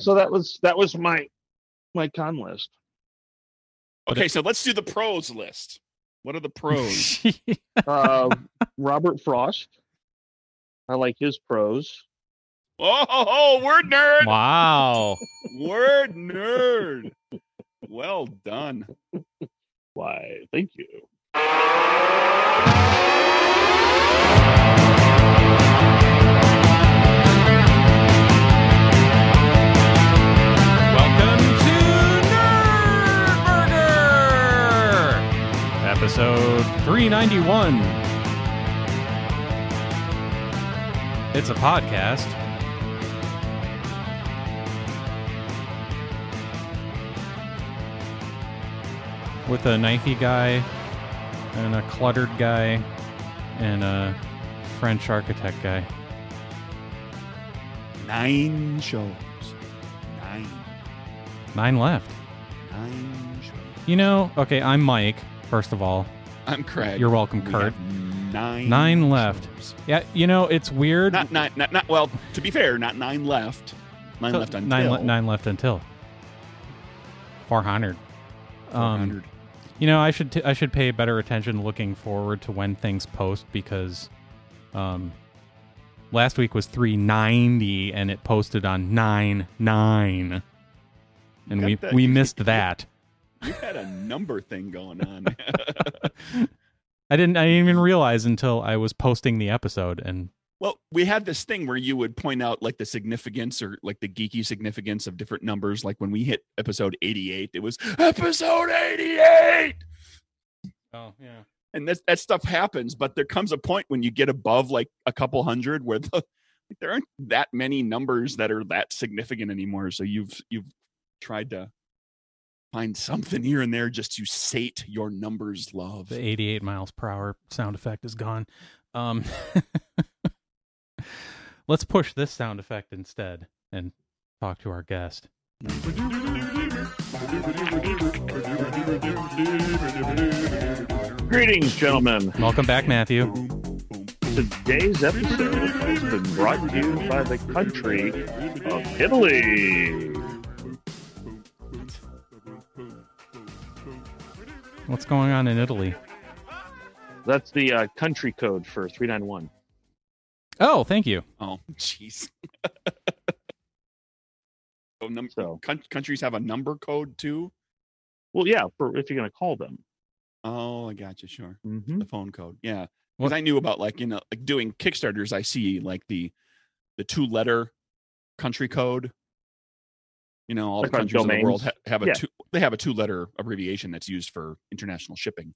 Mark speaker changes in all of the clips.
Speaker 1: So that was that was my my con list.
Speaker 2: Okay, so let's do the pros list. What are the pros?
Speaker 1: Uh, Robert Frost. I like his prose.
Speaker 2: oh, oh, oh, word nerd.
Speaker 3: wow.
Speaker 2: Word nerd. Well done.
Speaker 1: Why? Thank you.
Speaker 3: Welcome to Nerd Burger, episode 391. It's a podcast. With a knifey guy and a cluttered guy and a French architect guy.
Speaker 2: Nine shows. Nine.
Speaker 3: Nine left.
Speaker 2: Nine shows.
Speaker 3: You know, okay, I'm Mike, first of all.
Speaker 2: I'm Craig.
Speaker 3: You're welcome,
Speaker 2: We
Speaker 3: Kurt.
Speaker 2: have Nine.
Speaker 3: Nine left.
Speaker 2: shows.
Speaker 3: Yeah, you know, it's weird.
Speaker 2: Not nine. Not, not well. To be fair, not nine left. Nine
Speaker 3: So,
Speaker 2: left on
Speaker 3: nine, le- nine left until 400. Um, you know, I should t- I should pay better attention looking forward to when things post because um, last week was 390 and it posted on 9 9. And
Speaker 2: Got
Speaker 3: we,
Speaker 2: that.
Speaker 3: we missed that.
Speaker 2: you had a number thing going on.
Speaker 3: I didn't I didn't even realize until I was posting the episode and
Speaker 2: Well, we had this thing where you would point out like the significance or like the geeky significance of different numbers. Like when we hit episode 88, it was episode 88.
Speaker 3: Oh, yeah.
Speaker 2: And that, that stuff happens, but there comes a point when you get above like a couple hundred where the, like, there aren't that many numbers that are that significant anymore. So you've you've tried to find something here and there just to sate your numbers love.
Speaker 3: The 88 miles per hour sound effect is gone. Um, let's push this sound effect instead and talk to our guest.
Speaker 1: Greetings, gentlemen.
Speaker 3: Welcome back, Matthew.
Speaker 1: Today's episode has been brought to you by the country of Italy.
Speaker 3: What's going on in Italy?
Speaker 1: That's the uh, country code for three nine one.
Speaker 3: Oh, thank you.
Speaker 2: Oh, jeez. so num-
Speaker 1: So,
Speaker 2: coun- countries have a number code too.
Speaker 1: well, yeah, for if you're gonna call them.
Speaker 2: Oh, I got you. Sure,
Speaker 1: Mm-hmm.
Speaker 2: the phone code. Yeah, because
Speaker 3: What-
Speaker 2: I knew about like you know like doing Kickstarters. I see like the the two letter country code. You know, all
Speaker 1: Like
Speaker 2: the
Speaker 1: on
Speaker 2: countries in the world ha-
Speaker 1: domains?
Speaker 2: have a
Speaker 1: Yeah.
Speaker 2: two. They have a two letter abbreviation that's used for international shipping.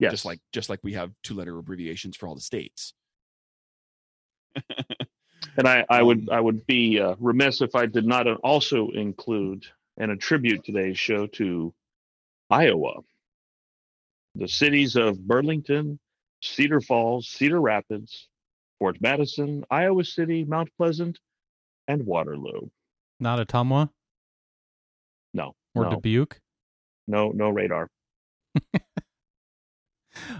Speaker 1: Yes.
Speaker 2: Just like just like we have two letter abbreviations for all the states.
Speaker 1: And I, I would
Speaker 2: Um,
Speaker 1: I would be uh, remiss if I did not also include and attribute today's show to Iowa, the cities of Burlington, Cedar Falls, Cedar Rapids, Fort Madison, Iowa City, Mount Pleasant, and Waterloo.
Speaker 3: Not Ottumwa
Speaker 1: No,
Speaker 3: or
Speaker 1: no,
Speaker 3: Dubuque.
Speaker 1: no, no radar.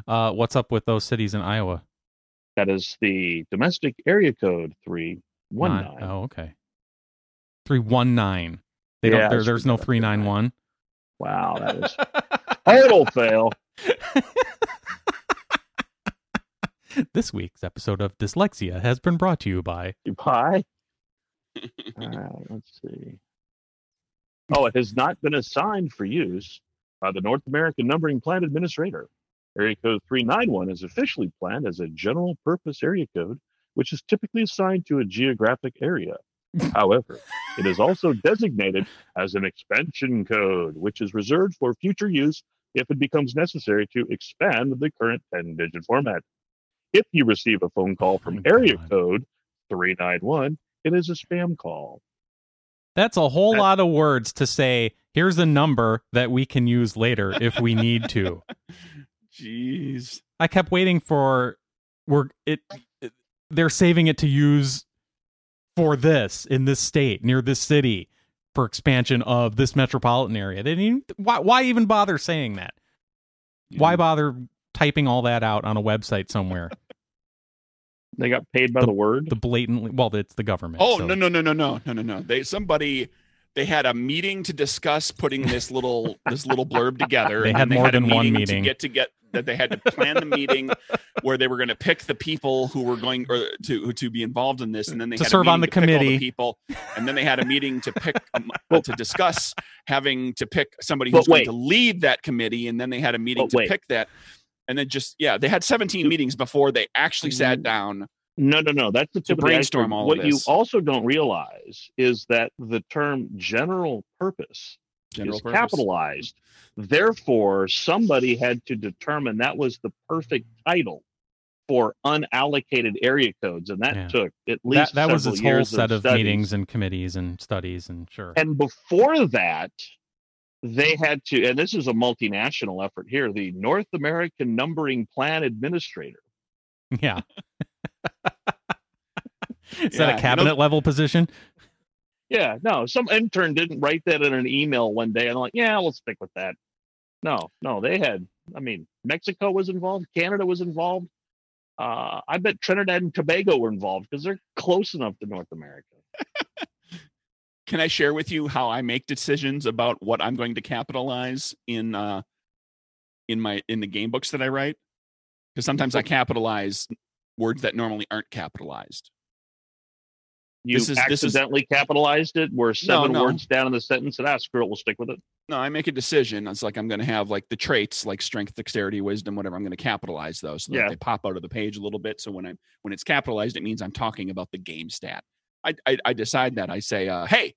Speaker 3: Uh, what's up with those cities in Iowa?
Speaker 1: That is the domestic area code three one
Speaker 3: Not-
Speaker 1: nine.
Speaker 3: Oh, okay. Three one nine. They don't.
Speaker 1: Yeah,
Speaker 3: There,
Speaker 1: it's
Speaker 3: there's no three
Speaker 1: three
Speaker 3: nine
Speaker 1: nine
Speaker 3: one.
Speaker 1: Wow, that is total fail.
Speaker 3: This week's episode of Dyslexia has been brought to you by
Speaker 1: Dubai. All right, let's see. Oh, it has not been assigned for use by the North American Numbering Plan Administrator. Area Code 391 is officially planned as a general purpose area code, which is typically assigned to a geographic area. However, it is also designated as an expansion code, which is reserved for future use if it becomes necessary to expand the current 10 digit format. If you receive a phone call
Speaker 3: Oh
Speaker 1: from
Speaker 3: my
Speaker 1: area
Speaker 3: God.
Speaker 1: code 391, it is a spam call.
Speaker 3: That's a whole
Speaker 1: That-
Speaker 3: lot of words to say. Here's a number that we can use later if we need to.
Speaker 2: Jeez.
Speaker 3: I kept waiting for we're it, it- They're saving it to use for this in this state near this city for expansion of this metropolitan area. They didn't. Even, why? Why even bother saying that? Why bother typing all that out on a website somewhere?
Speaker 1: They got paid by the, word.
Speaker 3: The blatantly well, it's the government.
Speaker 2: Oh
Speaker 3: so-
Speaker 2: no no no no no no no no. They somebody they had a meeting to discuss putting this little this little blurb together.
Speaker 3: They had more than one meeting.
Speaker 2: to get to get that they had to plan the meeting where they were going to pick the people who were going or to to be involved in this, and then they
Speaker 3: To
Speaker 2: had a
Speaker 3: serve
Speaker 2: meeting
Speaker 3: on the
Speaker 2: to pick all
Speaker 3: committee.
Speaker 2: people, and then they had a meeting to pick um, uh, to discuss having to pick somebody
Speaker 1: But
Speaker 2: who's going
Speaker 1: wait.
Speaker 2: to lead that committee, and then they had a meeting
Speaker 1: But
Speaker 2: to
Speaker 1: wait.
Speaker 2: pick that, and then just yeah, they had 17 meetings before they actually sat
Speaker 1: Mm.
Speaker 2: down.
Speaker 1: No, no, no. That's the tip of the
Speaker 2: brainstorm
Speaker 1: iceberg.
Speaker 2: all of
Speaker 1: What you
Speaker 2: this.
Speaker 1: also don't realize is that the term "general purpose"
Speaker 2: General
Speaker 1: is
Speaker 2: purpose.
Speaker 1: capitalized. Therefore, somebody had to determine that was the perfect title for unallocated area codes, and that
Speaker 3: Yeah.
Speaker 1: took at
Speaker 3: that
Speaker 1: least
Speaker 3: that was
Speaker 1: several
Speaker 3: its whole
Speaker 1: years
Speaker 3: set of,
Speaker 1: studies.
Speaker 3: meetings and committees and studies and sure.
Speaker 1: And before that, they had to, and this is a multinational effort here. The North American Numbering Plan Administrator.
Speaker 3: yeah. Is
Speaker 2: Yeah, you
Speaker 3: that
Speaker 2: know-
Speaker 3: a cabinet level position?
Speaker 1: Yeah, no, some intern didn't write that in an email one day, and I'm like, yeah, we'll stick with that. No, no, they had. I mean, Mexico was involved, Canada was involved. Uh, I bet Trinidad and Tobago were involved because they're close enough to North America.
Speaker 2: can I share with you how I make decisions about what I'm going to capitalize in uh in my in the game books that I write? Because sometimes I capitalize words that normally aren't capitalized.
Speaker 1: You
Speaker 2: This is- this is-
Speaker 1: accidentally capitalized it. We're seven
Speaker 2: no.
Speaker 1: words down in the sentence, and ah, screw it, we'll stick with it.
Speaker 2: No, I make a decision. It's like I'm going to have like the traits, like strength, dexterity, wisdom, whatever. I'm going to capitalize those so that
Speaker 1: Yeah.
Speaker 2: they pop out of the page a little bit. So when I'm when it's capitalized, it means I'm talking about the game stat. I I, I decide that I say, uh, hey,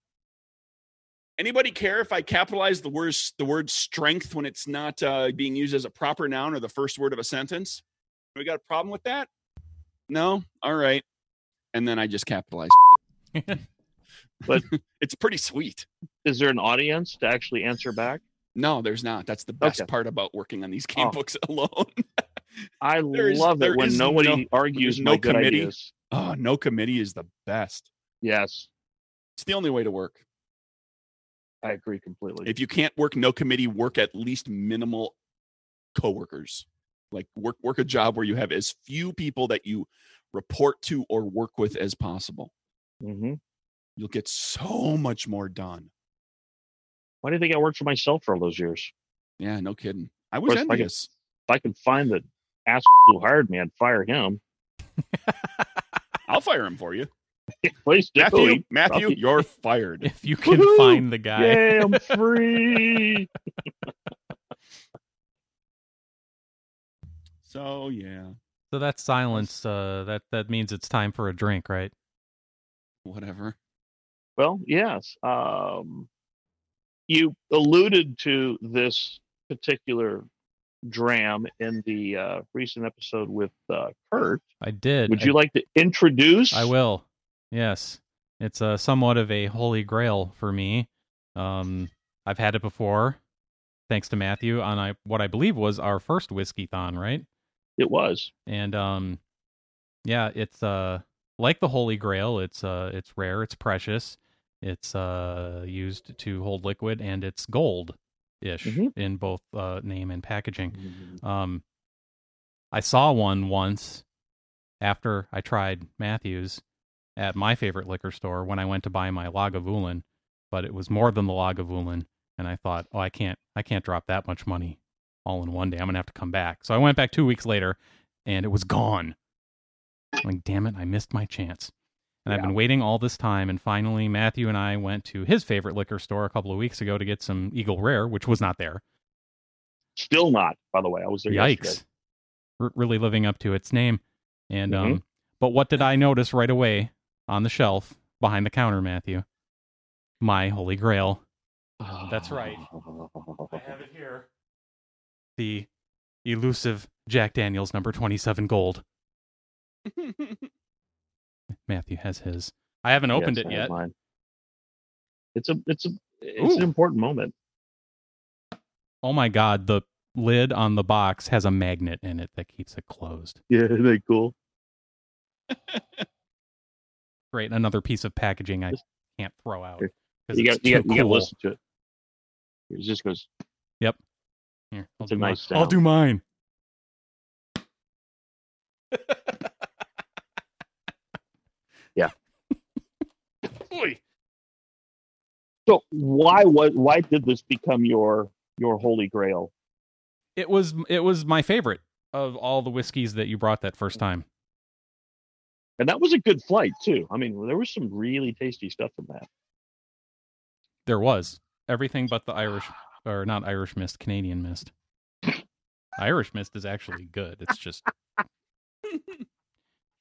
Speaker 2: anybody care if I capitalize the word the word strength when it's not uh, being used as a proper noun or the first word of a sentence? We got a problem with that? No, all right. And then I just capitalize.
Speaker 1: But-
Speaker 2: it's pretty sweet.
Speaker 1: Is there an audience to actually answer back?
Speaker 2: No, there's not. That's the best
Speaker 1: Okay.
Speaker 2: part about working on these game
Speaker 1: Oh.
Speaker 2: books alone.
Speaker 1: I
Speaker 2: There is-
Speaker 1: love
Speaker 2: there
Speaker 1: it when
Speaker 2: is
Speaker 1: nobody
Speaker 2: no-
Speaker 1: argues
Speaker 2: there's
Speaker 1: my
Speaker 2: no
Speaker 1: good
Speaker 2: committee.
Speaker 1: ideas.
Speaker 2: oh, no committee is the best.
Speaker 1: Yes,
Speaker 2: It's the only way to work.
Speaker 1: I agree completely.
Speaker 2: If you can't work no committee, work at least minimal coworkers. Like work work a job where you have as few people that you report to or work with as possible.
Speaker 1: hmm
Speaker 2: You'll get so much more done.
Speaker 1: Why do you think I worked for myself for all those years?
Speaker 2: Yeah, no kidding. I was
Speaker 1: course, I can-
Speaker 2: envious.
Speaker 1: if I can find the asshole who hired me, I'd fire him.
Speaker 2: I'll fire him for you.
Speaker 1: Please do.
Speaker 2: Matthew, Matthew,
Speaker 1: probably-
Speaker 2: you're fired.
Speaker 3: If you can
Speaker 1: Woohoo!
Speaker 3: find the guy.
Speaker 1: Yay, I'm free.
Speaker 2: So yeah,
Speaker 3: So that's silence. Uh, that that means it's time for a drink, right?
Speaker 2: whatever.
Speaker 1: well, yes. Um, you alluded to this particular dram in the uh, recent episode with uh, Kurt.
Speaker 3: I did.
Speaker 1: Would
Speaker 3: I,
Speaker 1: you like to introduce?
Speaker 3: I will. Yes, it's uh, somewhat of a holy grail for me. Um, I've had it before, thanks to Matthew on I, what I believe was our first whiskey thon, right?
Speaker 1: It was.
Speaker 3: and um yeah it's uh like the holy grail it's uh it's rare it's precious it's uh used to hold liquid and it's gold ish
Speaker 1: Mhm.
Speaker 3: in both uh name and packaging um i saw one once after i tried matthews at my favorite liquor store when i went to buy my lagavulin but it was more than the lagavulin and i thought oh i can't i can't drop that much money all in one day i'm gonna have to come back so i went back two weeks later and it was gone. I'm like, damn it, I missed my chance. And I've
Speaker 1: Yeah.
Speaker 3: been waiting all this time, and finally, Matthew and I went to his favorite liquor store a couple of weeks ago to get some Eagle Rare, which was not there.
Speaker 1: Still not, by the way. I was there. yesterday.
Speaker 3: Yikes! R- really living up to its name. And
Speaker 1: Mm-hmm.
Speaker 3: um, but what did I notice right away on the shelf behind the counter, Matthew? My holy grail.
Speaker 2: Ah.
Speaker 3: That's right. it here. The elusive Jack Daniels number twenty-seven gold. Matthew has his. I haven't opened
Speaker 1: Yes,
Speaker 3: it
Speaker 1: I have
Speaker 3: yet.
Speaker 1: mine. It's a it's a it's an
Speaker 3: Ooh.
Speaker 1: important moment.
Speaker 3: Oh my god, the lid on the box has a magnet in it that keeps it closed.
Speaker 1: Yeah, isn't that cool?
Speaker 3: Great, another piece of packaging I can't throw out. 'cause
Speaker 1: You
Speaker 3: it's
Speaker 1: got you got,
Speaker 3: too
Speaker 1: you got to
Speaker 3: cool.
Speaker 1: listen to it. It just goes.
Speaker 3: Here, I'll
Speaker 1: It's a
Speaker 3: do mine.
Speaker 1: nice
Speaker 3: I'll
Speaker 1: sound.
Speaker 3: do mine.
Speaker 1: Yeah.
Speaker 2: Oy.
Speaker 1: So why was why did this become your your holy grail?
Speaker 3: It was it was my favorite of all the whiskeys that you brought that first time.
Speaker 1: And that was a good flight too. I mean, there was some really tasty stuff in that.
Speaker 3: There was everything but the Irish or not Irish mist, Canadian mist. Irish mist is actually good. It's just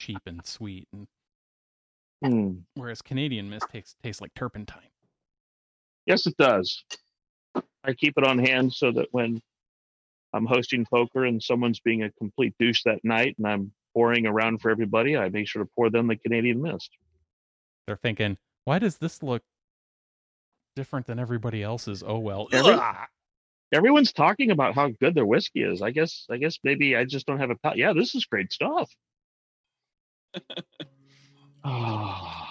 Speaker 3: cheap and sweet, and
Speaker 1: Mm.
Speaker 3: whereas Canadian mist tastes tastes like turpentine.
Speaker 1: Yes, it does. I keep it on hand so that when I'm hosting poker and someone's being a complete douche that night, and I'm pouring around for everybody, I make sure to pour them the Canadian Mist.
Speaker 3: They're thinking, why does this look different than everybody else's? Oh well,
Speaker 1: Every-
Speaker 3: Ugh.
Speaker 1: Everyone's talking about how good their whiskey is. I guess. I guess maybe I just don't have a. Pal- yeah, this is great stuff. Ah.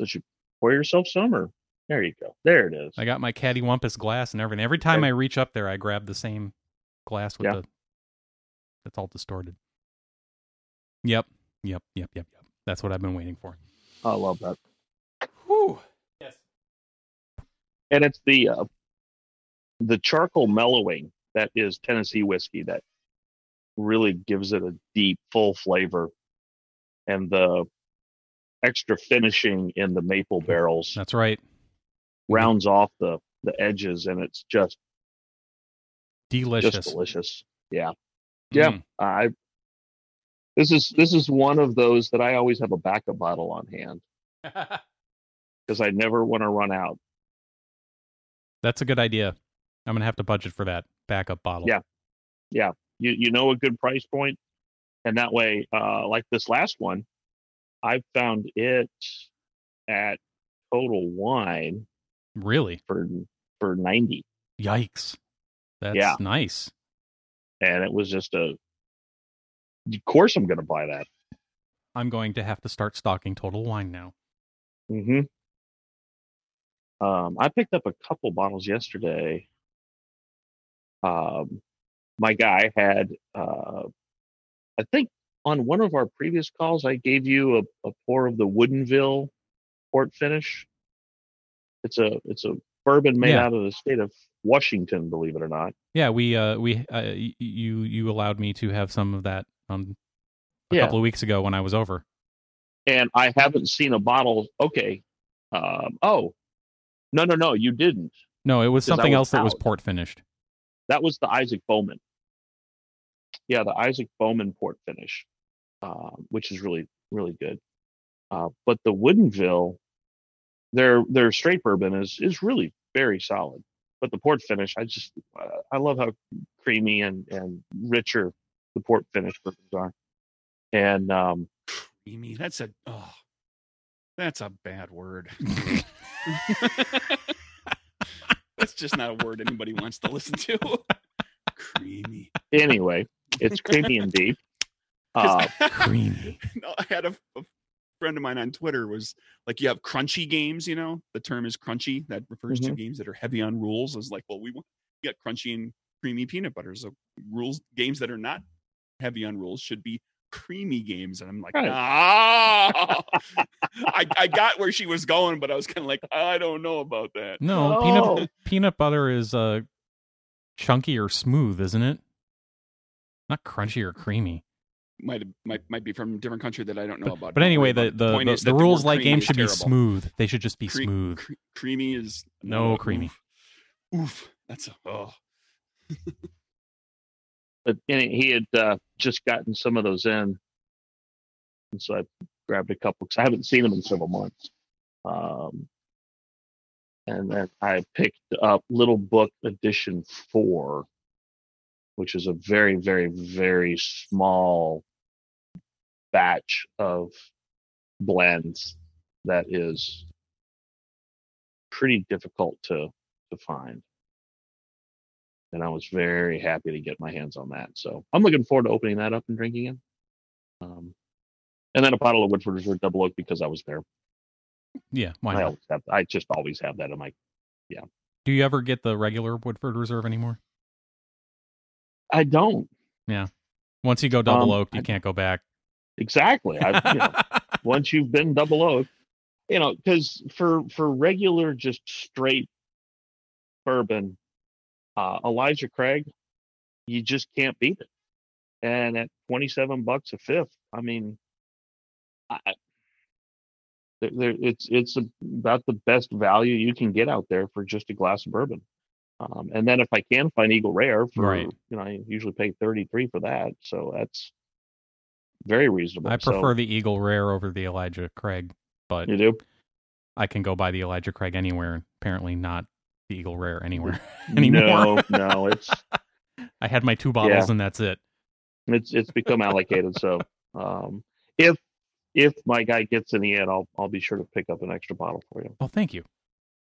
Speaker 1: so you pour yourself some, or there you go. There it is.
Speaker 3: I got my cattywampus glass and everything. Every time I reach up there, I grab the same glass with
Speaker 1: Yeah.
Speaker 3: the that's all distorted. Yep, yep, yep, yep, yep. That's what I've been waiting for.
Speaker 1: I love that.
Speaker 3: Whew. Yes.
Speaker 1: and it's the uh, the charcoal mellowing that is Tennessee whiskey that really gives it a deep, full flavor, and the extra finishing in the maple barrels
Speaker 3: That's right.
Speaker 1: rounds off the the edges, and it's just
Speaker 3: Delicious.
Speaker 1: just delicious. Yeah,
Speaker 3: Mm.
Speaker 1: I this is this is one of those that I always have a backup bottle on hand
Speaker 3: Mm.
Speaker 1: because I never want to run out.
Speaker 3: That's a good idea. I'm gonna have to budget for that backup bottle.
Speaker 1: Yeah. you you know a good price point and that way uh like this last one i found it at total wine
Speaker 3: Really?
Speaker 1: for for 90
Speaker 3: Yikes. That's
Speaker 1: Yeah.
Speaker 3: nice.
Speaker 1: and it was just a of course i'm gonna buy that
Speaker 3: I'm going to have to start stocking Total Wine now.
Speaker 1: hmm um i picked up a couple bottles yesterday um my guy had uh i think on one of our previous calls i gave you a, a pour of the woodenville port finish it's a it's a bourbon made
Speaker 3: Yeah.
Speaker 1: out of the state of washington believe it or not
Speaker 3: Yeah, we uh we uh, y- you you allowed me to have some of that on a
Speaker 1: Yeah.
Speaker 3: couple of weeks ago when I was over.
Speaker 1: and I haven't seen a bottle. Okay. Um, oh, no, no, no, you didn't.
Speaker 3: No, it was
Speaker 1: 'Cause I
Speaker 3: something
Speaker 1: was
Speaker 3: else that was
Speaker 1: out.
Speaker 3: port finished.
Speaker 1: That was the Isaac Bowman. Yeah, the Isaac Bowman port finish, uh, which is really, really good. Uh, but the Woodenville, their their straight bourbon is is really very solid. But the port finish, I just uh, I love how creamy and and richer the port finish bourbons are. And um,
Speaker 2: Creamy. That's a oh, that's a bad word. that's just not a word anybody wants to listen to. Creamy.
Speaker 1: anyway, it's creamy and deep. Uh,
Speaker 2: 'Cause-
Speaker 3: Ah, Creamy.
Speaker 2: no, I had a, a friend of mine on Twitter was like, you have crunchy games, you know, the term is crunchy. That refers
Speaker 3: Mm-hmm.
Speaker 2: to games that are heavy on rules. I was like, well, we want you got crunchy and creamy peanut butter. So rules games that are not heavy on rules should be creamy games. And I'm like,
Speaker 1: Right.
Speaker 2: ah, I, I got where she was going, but I was kind of like, I don't know about that.
Speaker 3: No,
Speaker 1: Oh.
Speaker 3: peanut peanut butter is uh chunky or smooth, isn't it? Not crunchy or creamy.
Speaker 2: Might have- might might be from a different country that I don't know
Speaker 3: But,
Speaker 2: about.
Speaker 3: but
Speaker 2: Don't worry
Speaker 3: anyway,
Speaker 2: about
Speaker 3: the
Speaker 2: it.
Speaker 3: the,
Speaker 2: point
Speaker 3: the,
Speaker 2: is
Speaker 3: the
Speaker 2: that
Speaker 3: rules
Speaker 2: word
Speaker 3: like
Speaker 2: creamy
Speaker 3: games
Speaker 2: is
Speaker 3: should be
Speaker 2: terrible.
Speaker 3: smooth. They should just be
Speaker 2: Cre-
Speaker 3: smooth.
Speaker 2: cre- creamy is
Speaker 3: No creamy.
Speaker 2: Oof. Oof. That's a, oh.
Speaker 1: but and he had uh, just gotten some of those in, and so I grabbed a couple because I haven't seen them in several months. Um, and then I picked up Little Book Edition Four, which is a very, very, very small batch of blends that is pretty difficult to to find and I was very happy to get my hands on that. So I'm looking forward to opening that up and drinking it. Um, and then a bottle of Woodford Reserve Double Oak because I was there.
Speaker 3: Yeah, why
Speaker 1: I
Speaker 3: not?
Speaker 1: always have, I just always have that in my.
Speaker 3: Do you ever get the regular Woodford Reserve anymore?
Speaker 1: I don't
Speaker 3: Once you go double
Speaker 1: Um,
Speaker 3: oak, you
Speaker 1: I-
Speaker 3: can't go back.
Speaker 1: exactly. I, you know, once you've been double oak, you know, because for for regular just straight bourbon, uh, Elijah Craig, you just can't beat it. And at twenty seven bucks a fifth, I mean, I, there, there, it's it's about the best value you can get out there for just a glass of bourbon. Um, and then if I can find Eagle Rare for
Speaker 3: Right.
Speaker 1: you know I usually pay thirty three for that, so that's very reasonable.
Speaker 3: I
Speaker 1: So-
Speaker 3: prefer the Eagle Rare over the Elijah Craig, but
Speaker 1: you do.
Speaker 3: I can go buy the Elijah Craig anywhere. Apparently, not the Eagle Rare anywhere anymore.
Speaker 1: No, no, it's
Speaker 3: I had my two bottles and that's it.
Speaker 1: it's it's become allocated. So um, if if my guy gets any in, I'll I'll be sure to pick up an extra bottle for you.
Speaker 3: Well, thank you.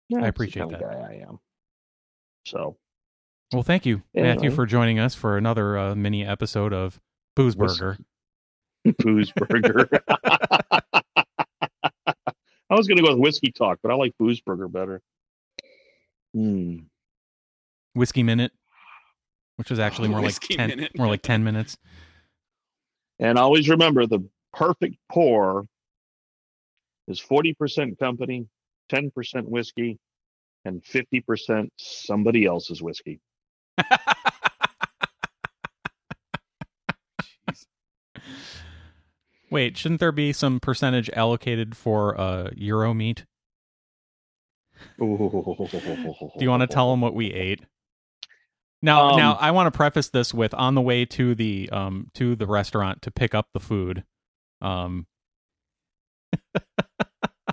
Speaker 1: Yeah, that's
Speaker 3: appreciate
Speaker 1: the kind of guy I am. So
Speaker 3: Well, thank you, Matthew,
Speaker 1: Anyway.
Speaker 3: for joining us for another uh, mini episode of Booze Burger.
Speaker 1: booze burger. I was gonna go with whiskey talk, but I like booze burger better. Hmm.
Speaker 3: Whiskey Minute, which is actually more like
Speaker 2: Whiskey
Speaker 3: ten,
Speaker 2: Minute.
Speaker 3: more like ten minutes.
Speaker 1: And always remember the perfect pour is 40% company, 10% whiskey, and 50% somebody else's whiskey.
Speaker 3: Wait, shouldn't there be some percentage allocated for uh, Euro meat? Do you want to tell them what we ate? Now,
Speaker 1: Um,
Speaker 3: now I want to preface this with on the way to the um to the restaurant to pick up the food, um,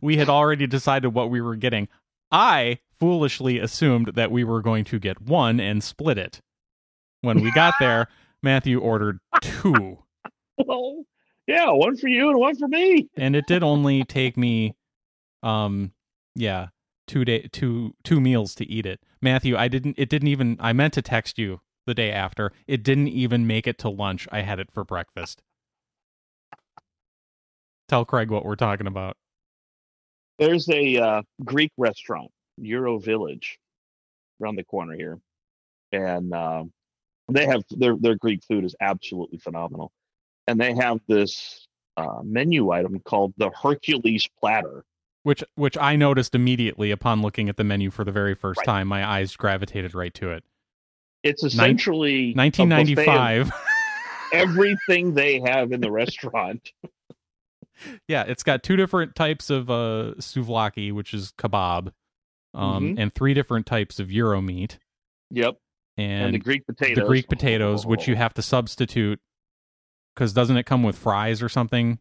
Speaker 3: we had already decided what we were getting. I foolishly assumed that we were going to get one and split it. When we got there, Matthew ordered two,
Speaker 1: Well, yeah, one for you and one for me.
Speaker 3: and it did only take me, um, yeah, two day two two meals to eat it. Matthew, I didn't. It didn't even. I meant to text you the day after. It didn't even make it to lunch. I had it for breakfast. Tell Craig what we're talking about.
Speaker 1: There's a uh, Greek restaurant, Euro Village, around the corner here, and uh, they have their their Greek food is absolutely phenomenal, and they have this uh, menu item called the Hercules platter.
Speaker 3: which which I noticed immediately upon looking at the menu for the very first
Speaker 1: Right.
Speaker 3: time. My eyes gravitated right to it.
Speaker 1: It's essentially a buffet of
Speaker 3: 1995.
Speaker 1: Everything they have in the restaurant.
Speaker 3: yeah, it's got two different types of uh souvlaki, which is kebab, um, and three different types of euro meat,
Speaker 1: Yep, and,
Speaker 3: and,
Speaker 1: the Greek
Speaker 3: the
Speaker 1: potatoes.
Speaker 3: Greek potatoes, which you have to substitute because doesn't it come with fries or something?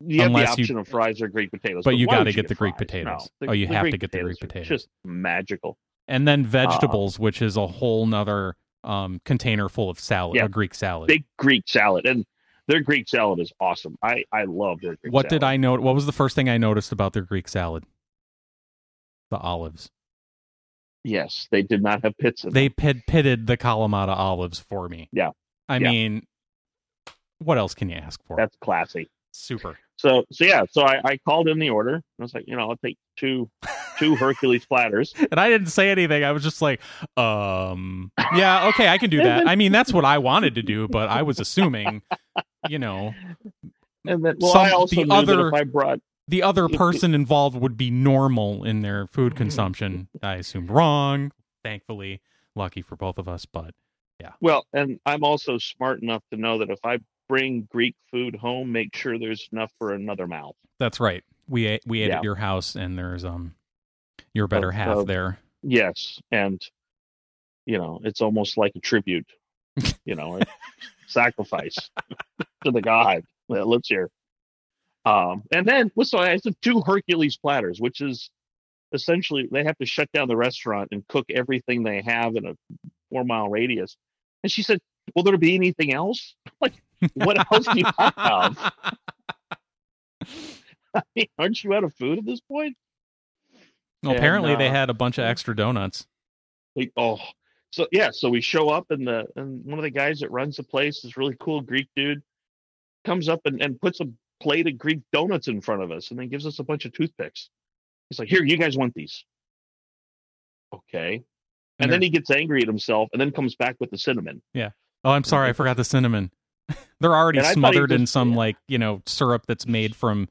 Speaker 1: you have the
Speaker 3: Unless you-
Speaker 1: option of fries or Greek potatoes,
Speaker 3: But you
Speaker 1: why
Speaker 3: gotta
Speaker 1: would
Speaker 3: get the Greek
Speaker 1: fries?
Speaker 3: potatoes. Oh, you have to get the Greek
Speaker 1: are
Speaker 3: potatoes.
Speaker 1: Just magical.
Speaker 3: And
Speaker 1: Uh,
Speaker 3: then vegetables, which is a whole nother um container full of salad,
Speaker 1: Yeah.
Speaker 3: a Greek salad.
Speaker 1: Big Greek salad, and their Greek salad is awesome. I I love their Greek.
Speaker 3: what
Speaker 1: salad.
Speaker 3: did I note? What was the first thing I noticed about their Greek salad? The olives.
Speaker 1: Yes, they did not have pits in them.
Speaker 3: They pit- pitted the Kalamata olives for me.
Speaker 1: Yeah.
Speaker 3: I
Speaker 1: Yeah.
Speaker 3: mean, what else can you ask for?
Speaker 1: That's classy.
Speaker 3: super.
Speaker 1: So so yeah, so I, I called in the order. and I was like, you know, I'll take two two Hercules platters.
Speaker 3: And I didn't say anything. I was just like, um, yeah, okay, I can do that. I mean, that's what I wanted to do, but I was assuming, you know,
Speaker 1: And then well, I
Speaker 3: Some-
Speaker 1: also
Speaker 3: the
Speaker 1: knew that
Speaker 3: other-
Speaker 1: if I brought
Speaker 3: the other person involved would be normal in their food consumption. I assumed wrong, thankfully. Lucky for both of us, but
Speaker 1: well, and I'm also smart enough to know that if I bring Greek food home, make sure there's enough for another mouth.
Speaker 3: That's right. We ate, we ate
Speaker 1: Yeah.
Speaker 3: at your house, and there's um, your better
Speaker 1: Of-
Speaker 3: half
Speaker 1: of-
Speaker 3: there.
Speaker 1: Yes, and you know it's almost like a tribute, you know, a sacrifice to the god that lives here. Um, and then well, so I said two Hercules platters, which is essentially they have to shut down the restaurant and cook everything they have in a four mile radius. And she said, "Will there be anything else? Like, what else do you have? I mean, aren't you out of food at this point?"
Speaker 3: Well,
Speaker 1: And,
Speaker 3: apparently they
Speaker 1: uh,
Speaker 3: had a bunch of extra donuts.
Speaker 1: Like, oh, so yeah, so we show up and the and one of the guys that runs the place, this really cool Greek dude, comes up and, and puts a plate of Greek donuts in front of us and then gives us a bunch of toothpicks. He's like, here, you guys want these. Okay. And,
Speaker 3: And
Speaker 1: then he gets angry at himself and then comes back with the cinnamon.
Speaker 3: Oh, I'm sorry, I forgot the cinnamon. They're already
Speaker 1: And I thought he
Speaker 3: smothered in
Speaker 1: was-
Speaker 3: some like you know syrup that's made from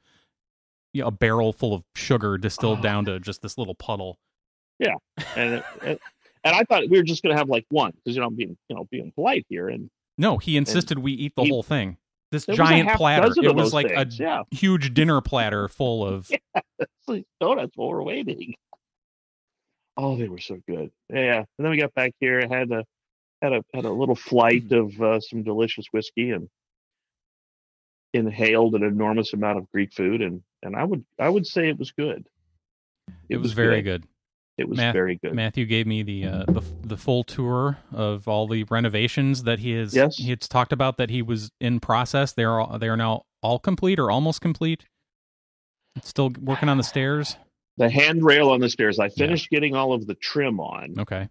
Speaker 3: you know, a barrel full of sugar distilled
Speaker 1: Oh.
Speaker 3: down to just this little puddle.
Speaker 1: and and and I thought we were just going to have like one because you know I'm being you know being polite here, and
Speaker 3: No, he insisted we eat the
Speaker 1: he-
Speaker 3: whole thing. This
Speaker 1: there was a
Speaker 3: giant
Speaker 1: half
Speaker 3: platter.
Speaker 1: dozen
Speaker 3: It
Speaker 1: of
Speaker 3: was
Speaker 1: those
Speaker 3: like
Speaker 1: things.
Speaker 3: a
Speaker 1: yeah,
Speaker 3: huge dinner platter full of.
Speaker 1: It's like donuts while we're waiting. Oh, they were so good. Yeah. And then we got back here, and had a had a had a little flight of
Speaker 3: Mm-hmm.
Speaker 1: uh, some delicious whiskey and inhaled an enormous amount of Greek food and and I would I would say it was good.
Speaker 3: It, was, very good.
Speaker 1: It was
Speaker 3: Math-
Speaker 1: very good.
Speaker 3: Matthew gave me the, uh, the the full tour of all the renovations that he has
Speaker 1: Yes.
Speaker 3: he has talked about that he was in process. They are all, they are now all complete or almost complete. It's still working on the stairs.
Speaker 1: The handrail on the stairs. I finished getting all of the trim on,
Speaker 3: Okay.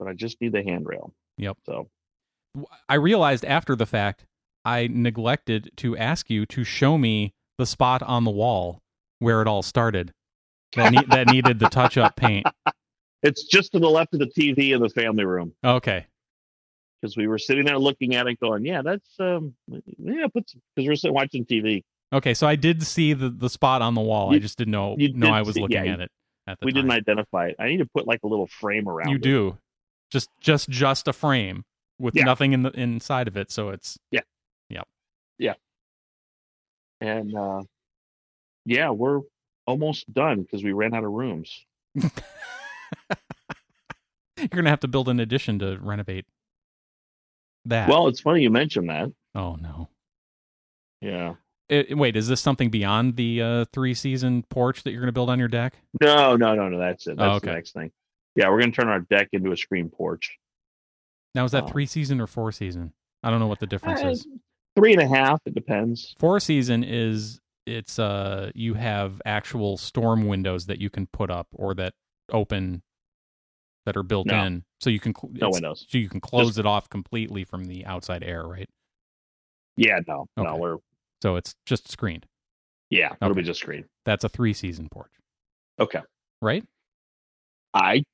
Speaker 1: but I just need the handrail.
Speaker 3: Yep.
Speaker 1: So
Speaker 3: I realized after the fact I neglected to ask you to show me the spot on the wall where it all started that ne- that needed the touch up paint.
Speaker 1: it's just to the left of the TV in the family room.
Speaker 3: Okay.
Speaker 1: because we were sitting there looking at it, going, "Yeah, that's um, yeah, put because we're sitting watching TV.
Speaker 3: Okay, so I did see the, the spot on the wall. I
Speaker 1: You-
Speaker 3: just didn't know
Speaker 1: you
Speaker 3: know
Speaker 1: did
Speaker 3: I was
Speaker 1: see-
Speaker 3: looking
Speaker 1: yeah,
Speaker 3: at it at the
Speaker 1: We
Speaker 3: time.
Speaker 1: didn't identify it. I need to put like a little frame around.
Speaker 3: you
Speaker 1: it.
Speaker 3: do just just just a frame with
Speaker 1: Yeah.
Speaker 3: nothing in the inside of it so it's
Speaker 1: and uh, yeah, we're almost done because we ran out of rooms.
Speaker 3: you're gonna have to build an addition to renovate that
Speaker 1: Well, it's funny you mentioned that.
Speaker 3: oh no
Speaker 1: Yeah,
Speaker 3: It- wait is this something beyond the uh three season porch that you're gonna build on your deck
Speaker 1: no, no, no, no. That's it.
Speaker 3: Oh,
Speaker 1: That's
Speaker 3: okay.
Speaker 1: the next thing. Yeah, we're gonna turn our deck into a screen porch.
Speaker 3: now is that
Speaker 1: Oh.
Speaker 3: three season or four season i don't know what the difference
Speaker 1: Uh,
Speaker 3: is
Speaker 1: Three and a half. It depends.
Speaker 3: four season is it's uh you have actual storm windows that you can put up or that open that are built
Speaker 1: No.
Speaker 3: in so you can cl-
Speaker 1: No
Speaker 3: it's-
Speaker 1: one knows.
Speaker 3: so you can close it off completely from the outside air right
Speaker 1: Yeah, no, no.
Speaker 3: Okay.
Speaker 1: We're
Speaker 3: so it's just screened
Speaker 1: yeah, it'll
Speaker 3: Okay.
Speaker 1: be just screen.
Speaker 3: that's a three season porch
Speaker 1: Okay.
Speaker 3: right
Speaker 1: I.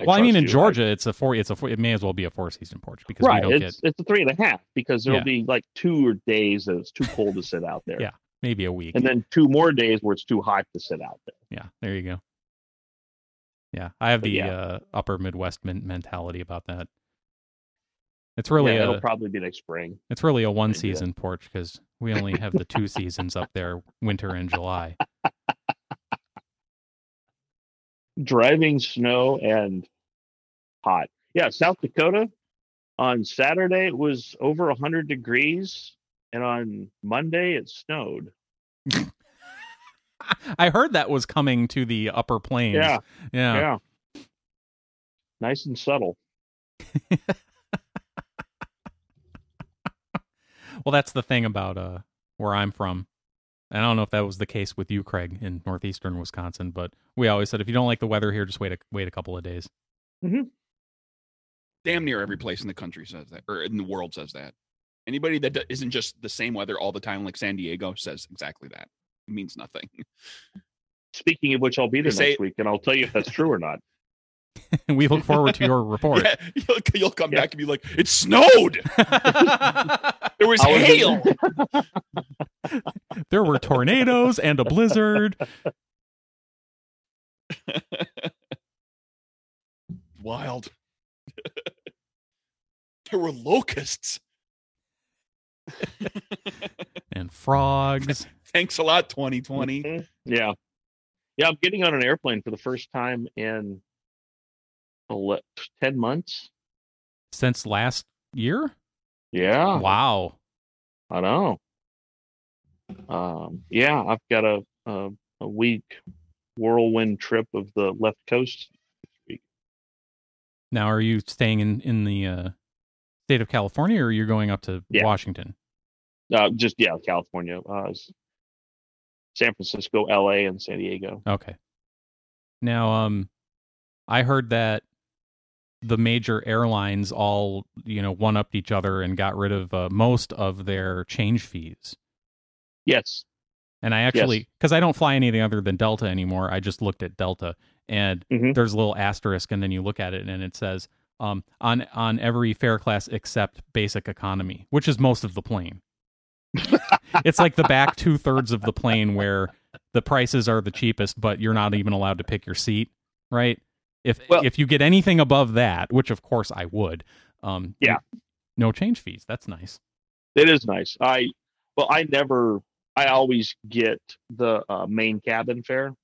Speaker 3: well i mean
Speaker 1: trust
Speaker 3: in
Speaker 1: you. I-
Speaker 3: georgia it's a four it's a four, it may as well be a four season porch because we
Speaker 1: right.
Speaker 3: don't
Speaker 1: it's
Speaker 3: get
Speaker 1: it's a three and a half because there'll
Speaker 3: Yeah.
Speaker 1: be like two or days that it's too cold to sit out there.
Speaker 3: Yeah. maybe a week
Speaker 1: And then two more days where it's too hot to sit out there.
Speaker 3: yeah there you go yeah i have
Speaker 1: But
Speaker 3: the
Speaker 1: yeah.
Speaker 3: uh upper midwest men- mentality about that it's really uh,
Speaker 1: yeah,
Speaker 3: a,
Speaker 1: it'll probably be next spring.
Speaker 3: It's really a one
Speaker 1: Maybe that-
Speaker 3: season porch because we only have the two seasons up there, winter and July.
Speaker 1: Driving snow and hot. Yeah, South Dakota on Saturday it was over 100 degrees and on Monday it snowed.
Speaker 3: I heard that was coming to the upper plains.
Speaker 1: Yeah.
Speaker 3: Yeah.
Speaker 1: Yeah. Nice and subtle.
Speaker 3: Well, that's the thing about uh, where I'm from. And I don't know if that was the case with you, Craig, in northeastern Wisconsin, but we always said if you don't like the weather here, just wait a, wait a couple of days.
Speaker 2: Damn near every place in the country says that, or in the world says that. Anybody that d- isn't just the same weather all the time, like San Diego, says exactly that. It means nothing.
Speaker 1: Speaking of which, I'll be there
Speaker 2: say-
Speaker 1: next week and I'll tell you if that's true or not.
Speaker 3: And we look forward to your report.
Speaker 2: Yeah, you'll, you'll come
Speaker 1: Yeah.
Speaker 2: back and be like, "It snowed. There was
Speaker 1: I was in
Speaker 2: hail."
Speaker 3: there were tornadoes and a blizzard.
Speaker 2: Wild. there were locusts.
Speaker 3: and frogs.
Speaker 2: Thanks a lot, 2020.
Speaker 1: Mhm. Yeah. Yeah, I'm getting on an airplane for the first time in ele- 10 months.
Speaker 3: Since last year?
Speaker 1: Yeah.
Speaker 3: Wow.
Speaker 1: I know. Um, yeah, I've got a, a a week whirlwind trip of the left coast.
Speaker 3: Now, are you staying in in the uh, state of California, or you're going up to
Speaker 1: Yeah.
Speaker 3: Washington?
Speaker 1: Uh, just yeah, California, uh, s- San Francisco, L.A., and San Diego.
Speaker 3: Okay. Now, um, I heard that the major airlines all you know one upped each other and got rid of uh, most of their change fees.
Speaker 1: Yes,
Speaker 3: And I actually, because I don't fly anything other than Delta anymore, I just looked at Delta and
Speaker 1: Mhm.
Speaker 3: there's a little asterisk, and then you look at it and it says um, on on every fare class except basic economy, which is most of the plane. it's like the back two thirds of the plane where the prices are the cheapest, but you're not even allowed to pick your seat, right? If
Speaker 1: Well-
Speaker 3: if you get anything above that, which of course I would, um,
Speaker 1: Yeah.
Speaker 3: no change fees. That's nice.
Speaker 1: It is nice. I well, I never. I always get the uh, main cabin fare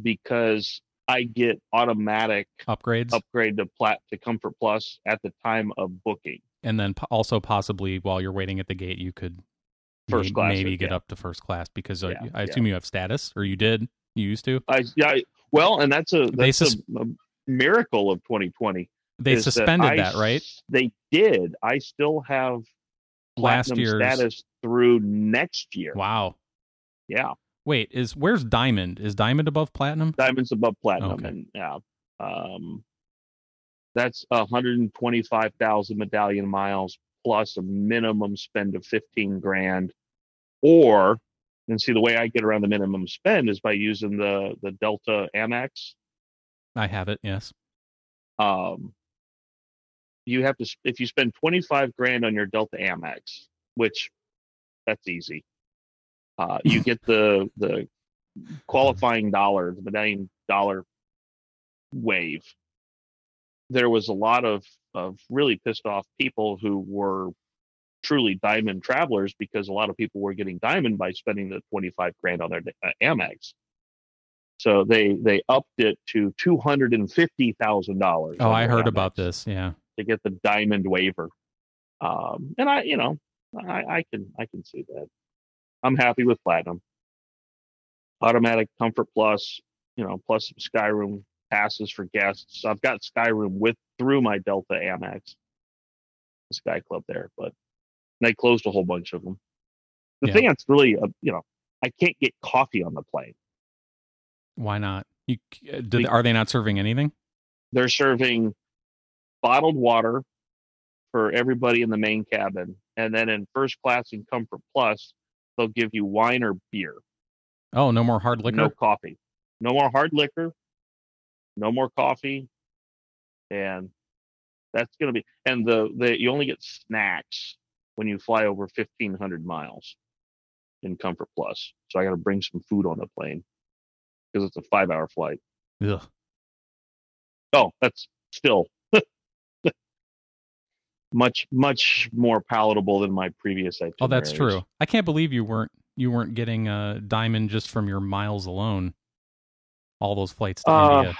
Speaker 1: because I get automatic
Speaker 3: Upgrades
Speaker 1: upgrade to plat to Comfort Plus at the time of booking.
Speaker 3: and then po- also possibly while you're waiting at the gate, you could
Speaker 1: First
Speaker 3: may-
Speaker 1: class,
Speaker 3: maybe get
Speaker 1: yeah.
Speaker 3: up to first class because uh,
Speaker 1: Yeah,
Speaker 3: I
Speaker 1: yeah.
Speaker 3: assume you have status or you did, you used to.
Speaker 1: I yeah. I- well, and that's a
Speaker 3: They
Speaker 1: that's
Speaker 3: sus-
Speaker 1: a, a miracle of 2020.
Speaker 3: They
Speaker 1: is that
Speaker 3: suspended
Speaker 1: I
Speaker 3: that, right?
Speaker 1: s- They did. I still have
Speaker 3: Last
Speaker 1: platinum
Speaker 3: year's.
Speaker 1: status through next year.
Speaker 3: Wow.
Speaker 1: Yeah,
Speaker 3: Wait, is where's diamond? Is diamond above platinum?
Speaker 1: diamonds above platinum,
Speaker 3: Okay.
Speaker 1: and yeah, um, that's 125,000 medallion miles plus a minimum spend of 15 grand, or and see the way I get around the minimum spend is by using the the Delta Amex.
Speaker 3: I have it. Yes.
Speaker 1: um, you have to s- if you spend 25 grand on your delta amex which that's easy uh, you get the the qualifying dollar the medallion dollar wave there was a lot of of really pissed off people who were truly diamond travelers because a lot of people were getting diamond by spending the 25 grand on their uh, amex so they they upped it to two hundred and fifty thousand dollars.
Speaker 3: Oh, I heard about this. Yeah.
Speaker 1: to get the diamond waiver. Um, and I, you know, I, I can I can see that. I'm happy with platinum. Automatic comfort plus, you know, plus some Skyroom passes for guests. I've got Skyroom with through my Delta Amex Sky Club there, but they closed a whole bunch of them. The
Speaker 3: Yeah.
Speaker 1: thing that's really, uh, you know, I can't get coffee on the plane.
Speaker 3: Why not? You uh, did,
Speaker 1: We-
Speaker 3: are they not serving anything?
Speaker 1: they're serving bottled water for everybody in the main cabin and then in first class and comfort plus they'll give you wine or beer
Speaker 3: Oh, no more hard liquor.
Speaker 1: no coffee no more hard liquor no more coffee and that's going to be and the, the you only get snacks when you fly over 1500 miles in comfort plus so i got to bring some food on the plane because it's a five hour flight
Speaker 3: Ugh.
Speaker 1: oh, that's still much much more palatable than my previous itineraries.
Speaker 3: Oh, that's true. I can't believe you weren't you weren't getting a diamond just from your miles alone. All those flights to
Speaker 1: Uh,
Speaker 3: India.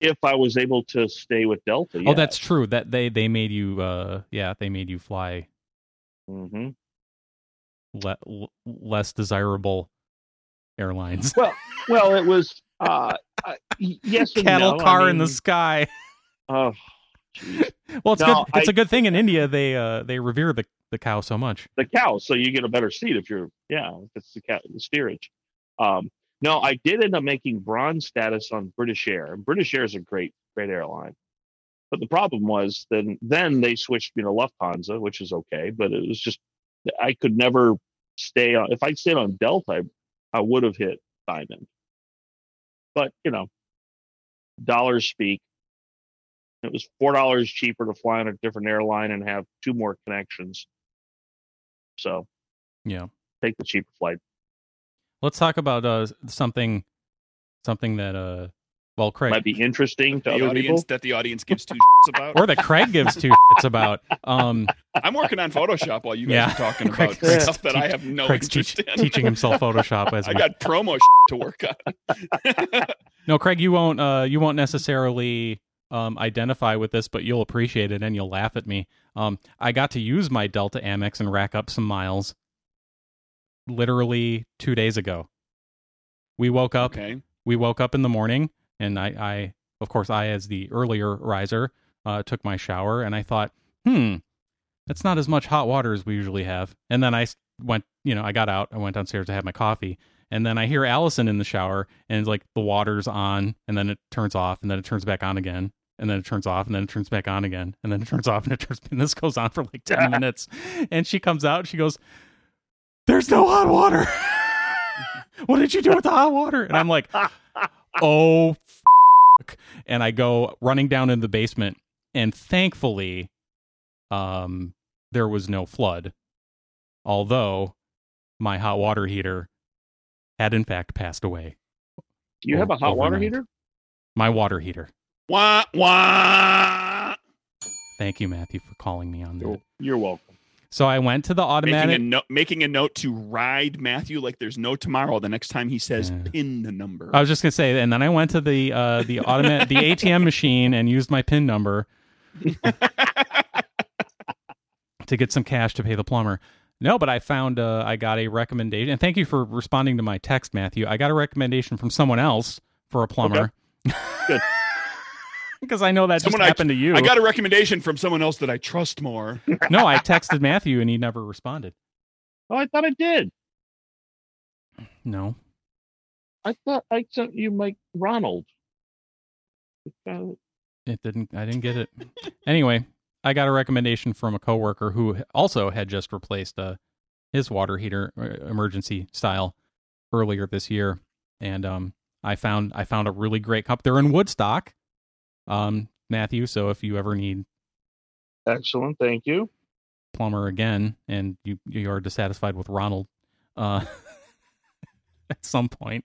Speaker 1: if I was able to stay with Delta,
Speaker 3: Oh, that's true. That they they made you. Uh, yeah, they made you fly
Speaker 1: hmm
Speaker 3: le- l- less desirable airlines.
Speaker 1: well. Well, it was uh, uh, y- yes, and
Speaker 3: Cattle
Speaker 1: no. I
Speaker 3: car in the
Speaker 1: mean,
Speaker 3: sky.
Speaker 1: Oh, geez.
Speaker 3: Well, it's
Speaker 1: No,
Speaker 3: good. It's a
Speaker 1: I-
Speaker 3: good thing in India they uh they revere the the cow so much.
Speaker 1: the cow, so you get a better seat if you're yeah, if it's the cow, the steerage. Um, no, I did end up making bronze status on British Air. And British Air is a great great airline, but the problem was then then they switched me to Lufthansa, which is okay, but it was just I could never stay on. If I stayed on Delta, I, I would have hit diamond. But you know, dollars speak. It was four dollars cheaper to fly on a different airline and have two more connections. So
Speaker 3: Yeah.
Speaker 1: take the cheaper flight.
Speaker 3: Let's talk about uh something something that uh well Craig
Speaker 1: Might be interesting to
Speaker 2: The
Speaker 1: other
Speaker 2: audience
Speaker 1: people.
Speaker 2: that the audience gives two shits about.
Speaker 3: or that Craig gives two shits about. Um,
Speaker 2: I'm working on Photoshop while you guys
Speaker 3: Yeah.
Speaker 2: are talking about
Speaker 3: Craig's
Speaker 2: stuff that I have no
Speaker 3: Craig's
Speaker 2: interest
Speaker 3: teach-
Speaker 2: in.
Speaker 3: teaching himself Photoshop as
Speaker 2: I
Speaker 3: we
Speaker 2: got promo to work on.
Speaker 3: No, Craig, you won't. Uh, you won't necessarily um, identify with this, but you'll appreciate it and you'll laugh at me. Um, I got to use my Delta Amex and rack up some miles. Literally two days ago, we woke up.
Speaker 2: Okay.
Speaker 3: We woke up in the morning, and I, I of course, I as the earlier riser, uh, took my shower, and I thought, hmm, that's not as much hot water as we usually have. And then I s- went, you know, I got out, I went downstairs to have my coffee, and then I hear Allison in the shower, and it's like the water's on, and then it turns off, and then it turns back on again, and then it turns off, and then it turns back on again, and then it turns off, and it turns. And this goes on for like ten minutes, and she comes out, and she goes, "There's no hot water." What did you do with the hot water? And I'm like, oh, f-. and I go running down in the basement. And thankfully, um, there was no flood. Although my hot water heater had in fact passed away.
Speaker 1: Do you have a hot water
Speaker 3: overnight.
Speaker 1: heater?
Speaker 3: My water heater.
Speaker 2: Wah wah.
Speaker 3: Thank you, Matthew, for calling me on that.
Speaker 1: You're, you're welcome.
Speaker 3: So I went to the
Speaker 2: Making a
Speaker 3: automatic.
Speaker 2: note, making a note to ride Matthew like there's no tomorrow. The next time he says,
Speaker 3: Yeah.
Speaker 2: pin the number.
Speaker 3: I was just gonna say, and then I went to the uh, the automatic the ATM machine and used my PIN number to get some cash to pay the plumber. No, but I found uh, I got a recommendation, and thank you for responding to my text, Matthew. I got a recommendation from someone else for a plumber.
Speaker 1: Good.
Speaker 3: Because I know that
Speaker 2: Someone I-
Speaker 3: just happened to you.
Speaker 2: I got a recommendation from someone else that I trust more.
Speaker 3: no, I texted Matthew and he never responded.
Speaker 1: Oh, I thought I did.
Speaker 3: No,
Speaker 1: I thought I sent you Mike Ronald. Uh,
Speaker 3: it didn't. I didn't get it. anyway, I got a recommendation from a coworker who also had just replaced uh, his water heater uh, emergency style earlier this year, and um, I found I found a really great company. They're in Woodstock, um, Matthew. So if you ever need
Speaker 1: Excellent. Thank you.
Speaker 3: plumber again, and you you are dissatisfied with Ronald, uh, at some point,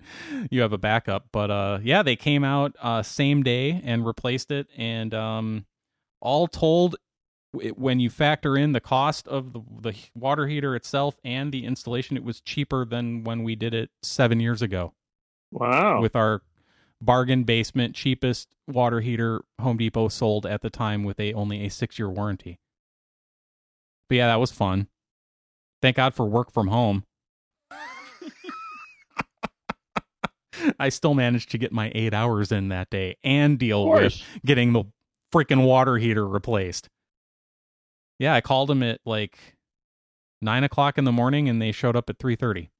Speaker 3: you have a backup. But uh, yeah, they came out uh, same day and replaced it, and um, all told, w- when you factor in the cost of the, the water heater itself and the installation, it was cheaper than when we did it seven years ago
Speaker 1: Wow.
Speaker 3: with our bargain basement cheapest water heater Home Depot sold at the time with a only a 6-year warranty. But yeah, that was fun. Thank God for work from home. I still managed to get my 8 hours in that day and
Speaker 1: Of
Speaker 3: deal with
Speaker 1: course.
Speaker 3: getting the freaking water heater replaced. Yeah, I called them at like nine o'clock in the morning, and they showed up at three thirty,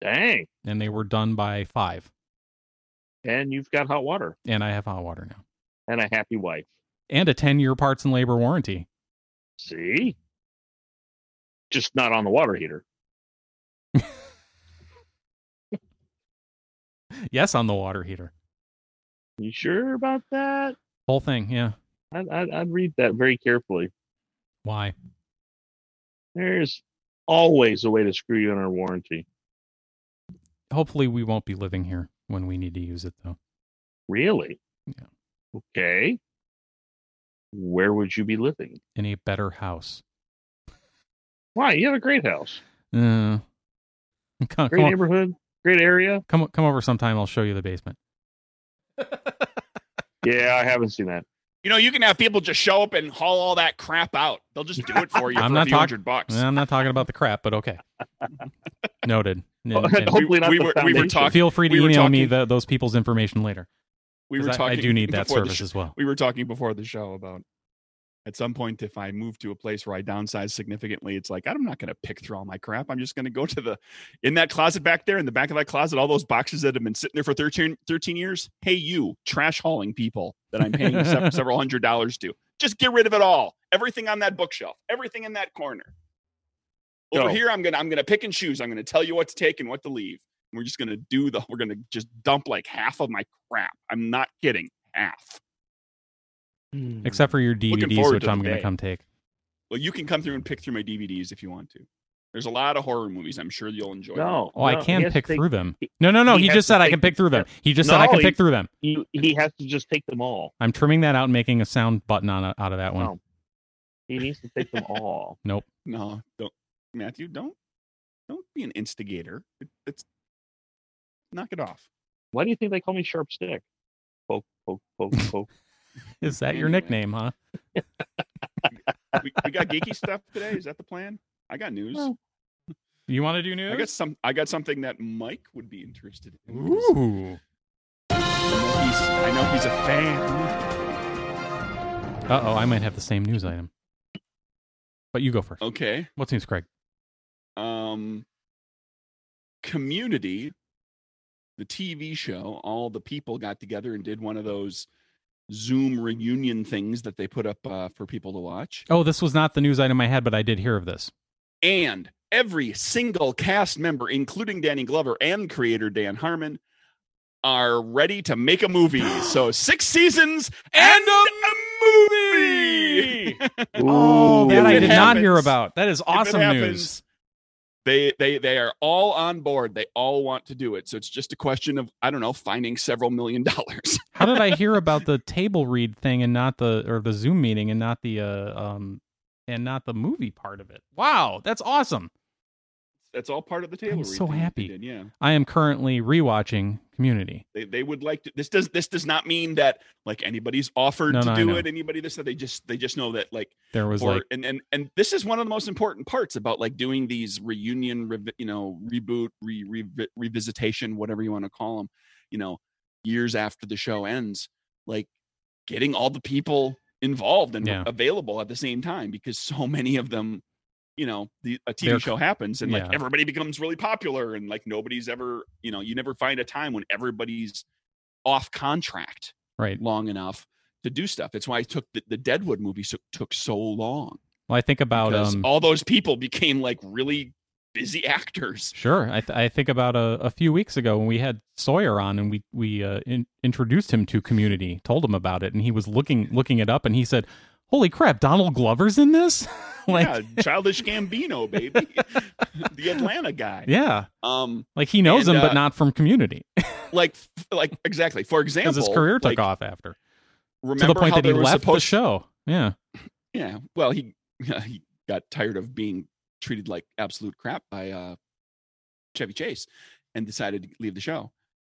Speaker 1: Dang.
Speaker 3: and they were done by five.
Speaker 1: And you've got hot water
Speaker 3: And I have hot water now.
Speaker 1: and a happy wife.
Speaker 3: and a 10 year parts and labor warranty.
Speaker 1: See? Just not on the water heater.
Speaker 3: Yes, on the water heater.
Speaker 1: You sure about that?
Speaker 3: Whole thing, yeah.
Speaker 1: I'd, I'd, I'd read that very carefully.
Speaker 3: Why?
Speaker 1: There's always a way to screw you in our warranty.
Speaker 3: Hopefully, we won't be living here when we need to use it, though.
Speaker 1: Really?
Speaker 3: Yeah.
Speaker 1: Okay. Where would you be living?
Speaker 3: In a better house.
Speaker 1: Why? You have a great house,
Speaker 3: Uh, come,
Speaker 1: great
Speaker 3: come, o-
Speaker 1: neighborhood, great area.
Speaker 3: come, o- come over sometime. I'll show you the basement.
Speaker 1: Yeah, I haven't seen that.
Speaker 2: You know, you can have people just show up and haul all that crap out. They'll just do it for you
Speaker 3: I'm
Speaker 2: for
Speaker 3: not
Speaker 2: a few
Speaker 3: talk-
Speaker 2: hundred bucks.
Speaker 3: Eh, I'm not talking about the crap, but okay. Noted. And- and
Speaker 1: Hopefully not
Speaker 2: we
Speaker 1: the
Speaker 2: were- we were
Speaker 1: foundation.
Speaker 2: talking-
Speaker 3: feel free to
Speaker 2: we were
Speaker 3: email me
Speaker 2: talking-
Speaker 3: the, those people's information later.
Speaker 2: We
Speaker 3: 'cause
Speaker 2: were
Speaker 3: I, I
Speaker 2: talking.
Speaker 3: do need that
Speaker 2: before the
Speaker 3: service
Speaker 2: sh-
Speaker 3: as well.
Speaker 2: we were talking before the show about at some point if I move to a place where I downsize significantly, it's like I'm not going to pick through all my crap. I'm just going to go to the in that closet back there in the back of that closet, all those boxes that have been sitting there for 13, 13 years. Hey, you trash hauling people that I'm paying sev- several hundred dollars to. Just get rid of it all. Everything on that bookshelf. Everything in that corner. Over
Speaker 1: No.
Speaker 2: here, I'm gonna I'm gonna pick and choose. I'm gonna tell you what to take and what to leave. We're just gonna do the. We're gonna just dump like half of my crap. I'm not kidding. Half.
Speaker 3: Except for your DVDs,
Speaker 2: forward
Speaker 3: which
Speaker 2: to the
Speaker 3: I'm going to
Speaker 2: day.
Speaker 3: come take.
Speaker 2: Well, you can come through and pick through my DVDs if you want to. There's a lot of horror movies. I'm sure you'll enjoy.
Speaker 1: No.
Speaker 3: Oh, I
Speaker 1: no,
Speaker 3: can
Speaker 1: he has
Speaker 3: pick
Speaker 1: to take-
Speaker 3: through them.
Speaker 1: he-
Speaker 3: No, no, no.
Speaker 1: he
Speaker 3: He,
Speaker 1: has
Speaker 3: just
Speaker 1: to
Speaker 3: said I
Speaker 1: take
Speaker 3: can pick through them. He just said
Speaker 1: No,
Speaker 3: I can
Speaker 1: he-
Speaker 3: pick through them.
Speaker 1: He, he has to just take them all.
Speaker 3: I'm trimming that out and making a sound button on out of that one.
Speaker 2: Oh,
Speaker 1: No. He needs to take them all.
Speaker 2: No, don't, Matthew. Don't, don't be an instigator. It, it's knock it off.
Speaker 1: Why do you think they call me Sharp Stick? Poke, poke, poke, poke.
Speaker 3: Is that your
Speaker 2: Anyway.
Speaker 3: nickname, huh?
Speaker 2: We, we got geeky stuff today. Is that the plan? I got news.
Speaker 1: Well,
Speaker 3: You want to do news?
Speaker 2: I got some. I got something that Mike would be interested in. because
Speaker 3: Ooh.
Speaker 2: He's, I know he's a fan.
Speaker 3: Uh oh, I might have the same news item. But you go first.
Speaker 2: Okay.
Speaker 3: What's news, Craig?
Speaker 2: um community the tv show all the people got together and did one of those zoom reunion things that they put up uh, for people to watch
Speaker 3: Oh, this was not the news item I had, but I did hear of this.
Speaker 2: and every single cast member including danny glover and creator dan harmon are ready to make a movie. So six seasons
Speaker 3: And
Speaker 2: and
Speaker 3: a
Speaker 2: a movie.
Speaker 3: Oh, that
Speaker 2: If
Speaker 3: I
Speaker 2: it
Speaker 3: did not hear
Speaker 2: happens-
Speaker 3: about. That is
Speaker 2: if it
Speaker 3: awesome
Speaker 2: happens,
Speaker 3: news.
Speaker 2: They they they are all on board. They all want to do it. So it's just a question of I don't know finding several million dollars.
Speaker 3: How did I hear about the table read thing and not the or the Zoom meeting and not the uh, um and not the movie part of it? Wow, that's awesome.
Speaker 2: That's all part of the table.
Speaker 3: I'm
Speaker 2: read thing
Speaker 3: so
Speaker 2: that they
Speaker 3: happy.
Speaker 2: did, yeah,
Speaker 3: I am currently rewatching Community.
Speaker 2: they, they would like to. This does this does not mean that like anybody's offered
Speaker 3: No,
Speaker 2: to
Speaker 3: no, I know.
Speaker 2: do it. Anybody this that they just they just know that like
Speaker 3: There was
Speaker 2: for
Speaker 3: like
Speaker 2: and and and this is one of the most important parts about like doing these reunion revi- you know reboot re, revi- revisitation whatever you want to call them you know years after the show ends like getting all the people involved and
Speaker 3: Yeah.
Speaker 2: available at the same time because so many of them you know the a tv
Speaker 3: They're-
Speaker 2: show happens and
Speaker 3: yeah.
Speaker 2: like everybody becomes really popular and like nobody's ever you know you never find a time when everybody's off contract
Speaker 3: right.
Speaker 2: long enough to do stuff. It's why it took the, the Deadwood movie so, took so long
Speaker 3: Well, I think about
Speaker 2: because
Speaker 3: um
Speaker 2: all those people became like really busy actors.
Speaker 3: Sure. I, th- I think about a, a few weeks ago when we had Sawyer on and we we uh, in- introduced him to Community, told him about it, and he was looking looking it up, and he said, "Holy crap, Donald Glover's in this!" like, yeah.
Speaker 2: yeah, childish Gambino, baby, the Atlanta guy. Um,
Speaker 3: like he knows
Speaker 2: And,
Speaker 3: him, but
Speaker 2: uh,
Speaker 3: not from Community,
Speaker 2: like, f- like exactly. For example,
Speaker 3: because his career took
Speaker 2: like,
Speaker 3: off after to
Speaker 2: Remember
Speaker 3: the point
Speaker 2: how
Speaker 3: that he
Speaker 2: there was
Speaker 3: left the
Speaker 2: supposed-
Speaker 3: show. Yeah,
Speaker 2: Yeah. Well, he he got tired of being treated like absolute crap by uh Chevy Chase and decided to leave the show.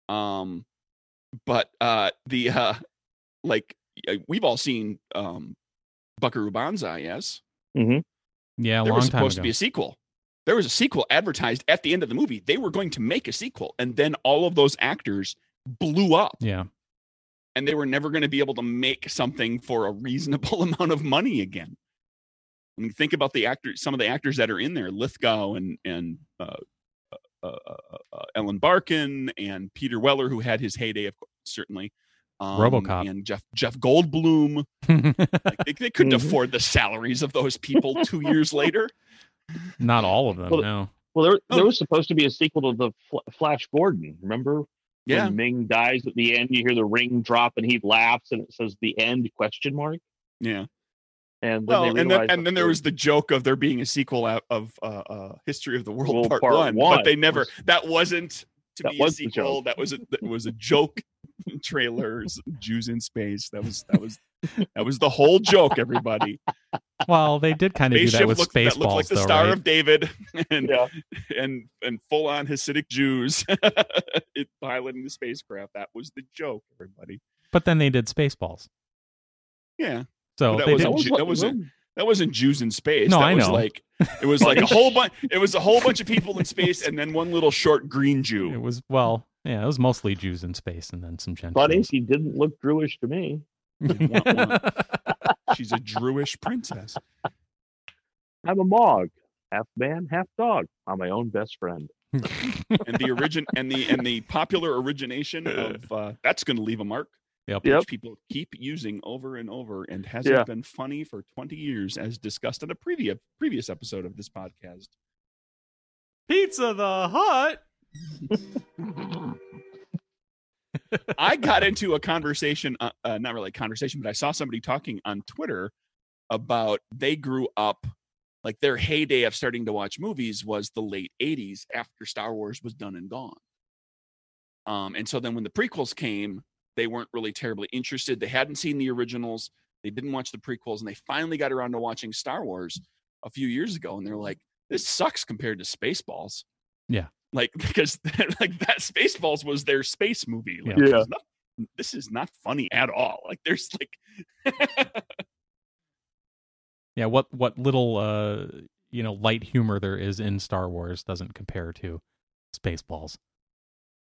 Speaker 2: Um but uh the uh like uh, we've all seen um Buckaroo Banzai, yes.
Speaker 3: yeah, a
Speaker 2: there
Speaker 3: long
Speaker 2: was
Speaker 3: time
Speaker 2: supposed to
Speaker 3: ago.
Speaker 2: be a sequel. There was a sequel advertised at the end of the movie. They were going to make a sequel and then all of those actors blew up
Speaker 3: yeah,
Speaker 2: and they were never going to be able to make something for a reasonable amount of money again. I mean, think about the actors, some of the actors that are in there, Lithgow and and uh, uh, uh, uh, Ellen Barkin and Peter Weller, who had his heyday, of course, certainly. Um,
Speaker 3: RoboCop.
Speaker 2: and Jeff Jeff Goldblum. Like, they, they couldn't
Speaker 1: Mhm.
Speaker 2: afford the salaries of those people two years later.
Speaker 3: not all of them.
Speaker 1: Well,
Speaker 3: no,
Speaker 1: Well, there,
Speaker 2: Oh.
Speaker 1: there was supposed to be a sequel to the Fl- Flash Gordon. Remember
Speaker 2: Yeah,
Speaker 1: when Ming dies at the end? You hear the ring drop, and he laughs, and it says "the end?" question mark.
Speaker 2: yeah.
Speaker 1: And then
Speaker 2: Well,
Speaker 1: they
Speaker 2: and then
Speaker 1: realized
Speaker 2: and then there
Speaker 1: that
Speaker 2: was the joke of there being a sequel out of uh, uh, History of the World,
Speaker 1: World
Speaker 2: Part,
Speaker 1: Part
Speaker 2: one,
Speaker 1: One
Speaker 2: but they never.
Speaker 1: was-
Speaker 2: That wasn't to
Speaker 1: That
Speaker 2: be
Speaker 1: was
Speaker 2: a
Speaker 1: the
Speaker 2: sequel.
Speaker 1: joke.
Speaker 2: That was a, that was a joke. Trailers, Jews in space. That was that was that was the whole joke. Everybody,
Speaker 3: well, they did kind of do that with
Speaker 2: looked,
Speaker 3: Spaceballs,
Speaker 2: that looked like the
Speaker 3: though,
Speaker 2: Star
Speaker 3: right?
Speaker 2: of David, and
Speaker 1: Yeah.
Speaker 2: and and full on Hasidic Jews it, piloting the spacecraft. That was the joke. Everybody,
Speaker 3: But then they did Spaceballs,
Speaker 2: yeah,
Speaker 3: so
Speaker 2: But that
Speaker 3: they
Speaker 2: was
Speaker 3: did.
Speaker 2: a
Speaker 1: That was
Speaker 2: Ju-
Speaker 1: what-
Speaker 2: that was a- that wasn't Jews in space.
Speaker 3: No,
Speaker 2: that
Speaker 3: I
Speaker 2: was
Speaker 3: know.
Speaker 2: Like it was like a whole bunch. It was a whole bunch of people in space, and then one little short green
Speaker 3: It
Speaker 2: Jew.
Speaker 3: was well, yeah, it was mostly Jews in space, and then some Gentiles.
Speaker 1: Buddy, he didn't look Jewish to me.
Speaker 2: Wah, wah. She's a Druish princess.
Speaker 1: I'm a Mog, half man, half dog. I'm my own best friend.
Speaker 2: And the origin and the and the popular origination of uh, that's going to leave a mark.
Speaker 3: Yep.
Speaker 1: Yep.
Speaker 2: Which people keep using over and over, and hasn't
Speaker 1: Yeah.
Speaker 2: been funny for twenty years, as discussed on a previous previous episode of this podcast.
Speaker 3: Pizza the Hut.
Speaker 2: I got into a conversation, uh, uh, not really a conversation, but I saw somebody talking on Twitter about they grew up, like their heyday of starting to watch movies was the late 80s after Star Wars was done and gone. Um, and so then when the prequels came, they weren't really terribly interested. They hadn't seen the originals, they didn't watch the prequels, and they finally got around to watching Star Wars a few years ago. And they're like, this sucks compared to Spaceballs.
Speaker 3: Yeah.
Speaker 2: Like, because like that Spaceballs was their space movie. Like,
Speaker 1: Yeah.
Speaker 2: this is not- this is not funny at all. Like, there's like
Speaker 3: Yeah, what what little uh you know light humor there is in Star Wars doesn't compare to Spaceballs.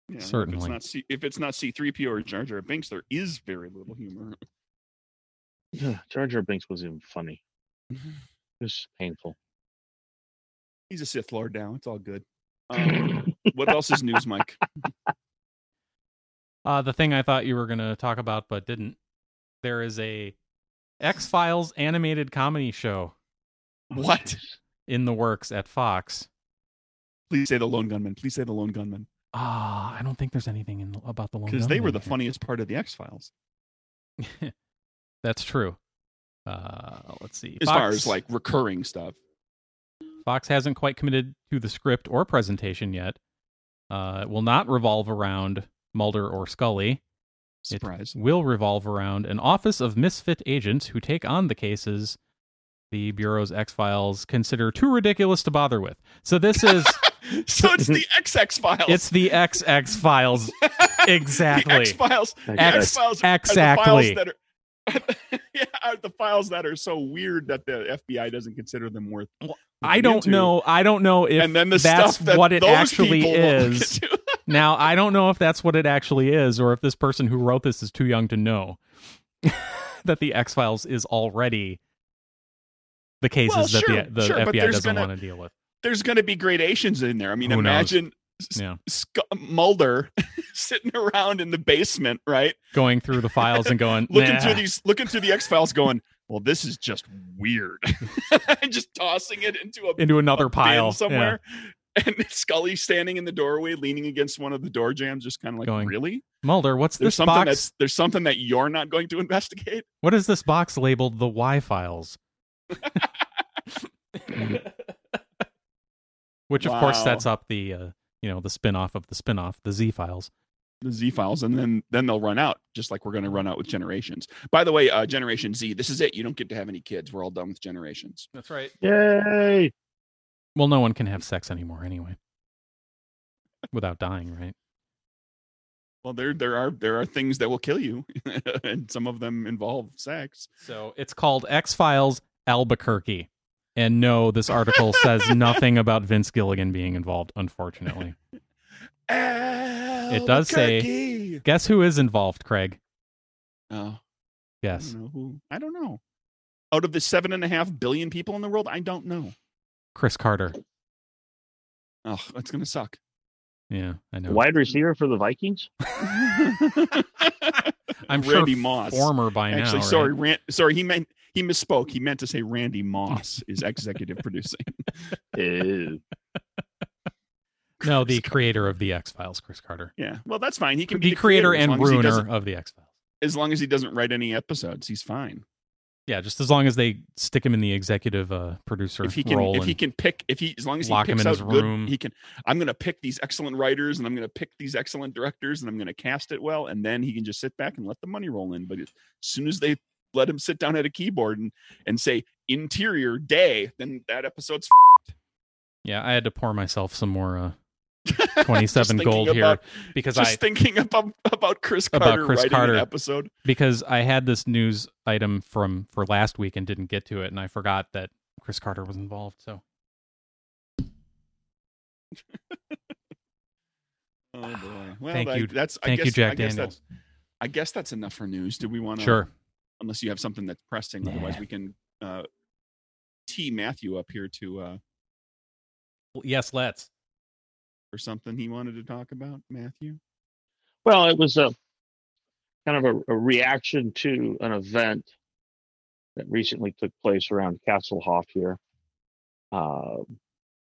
Speaker 2: Yeah, if it's
Speaker 3: Certainly.
Speaker 2: not C- If it's not C three PO or Jar Jar Binks, there is very little humor.
Speaker 1: Jar Jar Binks was even funny. It was painful.
Speaker 2: He's a Sith Lord now. It's all good. Um, what else is news, Mike?
Speaker 3: Uh the thing I thought you were going to talk about but didn't. There is a X-Files animated comedy show
Speaker 2: What?
Speaker 3: in the works at Fox.
Speaker 2: Please say the Lone Gunman. Please say the Lone Gunman.
Speaker 3: Ah, I don't think there's anything in about the one
Speaker 2: because they were the funniest part of the X Files
Speaker 3: That's true. Uh, let's see.
Speaker 2: as far as like recurring stuff.
Speaker 3: Fox hasn't quite committed to the script or presentation yet. Uh, it will not revolve around Mulder or Scully. It
Speaker 2: Surprise.
Speaker 3: will revolve around an office of misfit agents who take on the cases the Bureau's X Files consider too ridiculous to bother with. So this is
Speaker 2: so it's the XX Files.
Speaker 3: it's the XX Files exactly.
Speaker 2: The X Files.
Speaker 3: X-
Speaker 2: X Files.
Speaker 3: exactly.
Speaker 2: Are the files that are, yeah, are the files that are so weird that the FBI doesn't consider them worth.
Speaker 3: I don't
Speaker 2: into.
Speaker 3: know. I don't know if
Speaker 2: and then the
Speaker 3: that's
Speaker 2: stuff that
Speaker 3: what it
Speaker 2: those
Speaker 3: actually
Speaker 2: people will
Speaker 3: is.
Speaker 2: look into.
Speaker 3: Now, I don't know if that's what it actually is or if this person who wrote this is too young to know that the X Files is already the cases
Speaker 2: Well,
Speaker 3: that
Speaker 2: sure,
Speaker 3: the, the
Speaker 2: sure, but
Speaker 3: FBI
Speaker 2: there's
Speaker 3: doesn't
Speaker 2: gonna-
Speaker 3: want to deal with.
Speaker 2: There's going to be gradations in there. I mean,
Speaker 3: Who knows?
Speaker 2: imagine S-
Speaker 3: Yeah.
Speaker 2: Sc- Mulder sitting around in the basement, right?
Speaker 3: Going through the files and going,
Speaker 2: Looking
Speaker 3: nah.
Speaker 2: through these, looking through the X Files, going, "Well, this is just weird," and just tossing it into a
Speaker 3: into another
Speaker 2: bin
Speaker 3: pile
Speaker 2: somewhere. And Scully standing in the doorway, leaning against one of the door jams, just kind of like,
Speaker 3: Going,
Speaker 2: "Really?
Speaker 3: Yeah. Mulder, what's
Speaker 2: There's
Speaker 3: this
Speaker 2: something
Speaker 3: box?
Speaker 2: that's there's something that you're not going to investigate."
Speaker 3: What is this box labeled the Y files? Which of course
Speaker 2: Wow.
Speaker 3: sets up the uh, you know the spin off of the spin off, the Z files.
Speaker 2: the Z files, and then then they'll run out, just like we're going to run out with generations. By the way, uh, Generation Z, this is it. You don't get to have any kids. We're all done with generations.
Speaker 3: That's right.
Speaker 1: Yay!
Speaker 3: Well, no one can have sex anymore anyway. Without dying, right?
Speaker 2: Well, there there are there are things that will kill you, and some of them involve sex.
Speaker 3: So it's called X Files Albuquerque. And no, this article says nothing about Vince Gilligan being involved, unfortunately. does say-
Speaker 2: Albuquerque!
Speaker 3: Guess who is involved, Craig?
Speaker 2: Oh, I
Speaker 3: Yes.
Speaker 2: don't know who. I don't know. Out of the seven and a half billion people in the world, I don't know.
Speaker 3: Chris Carter.
Speaker 2: Oh, that's going to suck.
Speaker 3: Yeah, I know.
Speaker 1: Wide receiver for the Vikings.
Speaker 3: I'm
Speaker 2: Randy
Speaker 3: sure
Speaker 2: Moss.
Speaker 3: former by now.
Speaker 2: Actually,
Speaker 3: right?
Speaker 2: sorry, Ran- sorry. He meant he misspoke. He meant to say Randy Moss is executive producing.
Speaker 1: Ew.
Speaker 3: No, the creator of the X Files, Chris Carter.
Speaker 2: yeah. Well, that's fine. He can be
Speaker 3: The creator
Speaker 2: as
Speaker 3: and
Speaker 2: long as he
Speaker 3: ruiner
Speaker 2: doesn't-
Speaker 3: of the X Files.
Speaker 2: As long as he doesn't write any episodes, he's fine.
Speaker 3: Yeah, just as long as they stick him in the executive uh, producer
Speaker 2: If he can,
Speaker 3: role.
Speaker 2: if he
Speaker 3: and-
Speaker 2: can pick, if he as long as he
Speaker 3: Lock him
Speaker 2: picks
Speaker 3: in
Speaker 2: out
Speaker 3: his
Speaker 2: good,
Speaker 3: room.
Speaker 2: he can. I'm going to pick these excellent writers, and I'm going to pick these excellent directors, and I'm going to cast it well, and then he can just sit back and let the money roll in. But as soon as they let him sit down at a keyboard and and say interior day, then that episode's
Speaker 3: Yeah, I had to pour myself some more uh,
Speaker 2: f-
Speaker 3: 27
Speaker 2: Just
Speaker 3: gold
Speaker 2: thinking
Speaker 3: here
Speaker 2: about-
Speaker 3: because I
Speaker 2: just thinking about about Chris
Speaker 3: About
Speaker 2: Carter
Speaker 3: Chris
Speaker 2: writing
Speaker 3: Carter.
Speaker 2: an episode.
Speaker 3: because I had this news item from for last week and didn't get to it, and I forgot that Chris Carter was involved. So
Speaker 2: Oh boy! Well,
Speaker 3: Thank
Speaker 2: that-
Speaker 3: you-
Speaker 2: That's I
Speaker 3: thank you,
Speaker 2: guess,
Speaker 3: Jack
Speaker 2: I guess
Speaker 3: Daniels.
Speaker 2: That's, I guess that's enough for news. Do we want to?
Speaker 3: sure,
Speaker 2: Unless you have something that's pressing,
Speaker 3: Nah.
Speaker 2: otherwise we can uh, tee Matthew up here to uh,
Speaker 3: yes, let's.
Speaker 2: for something he wanted to talk about. Matthew,
Speaker 1: Well, it was a kind of a, a reaction to an event that recently took place around Castlehoff here. Uh,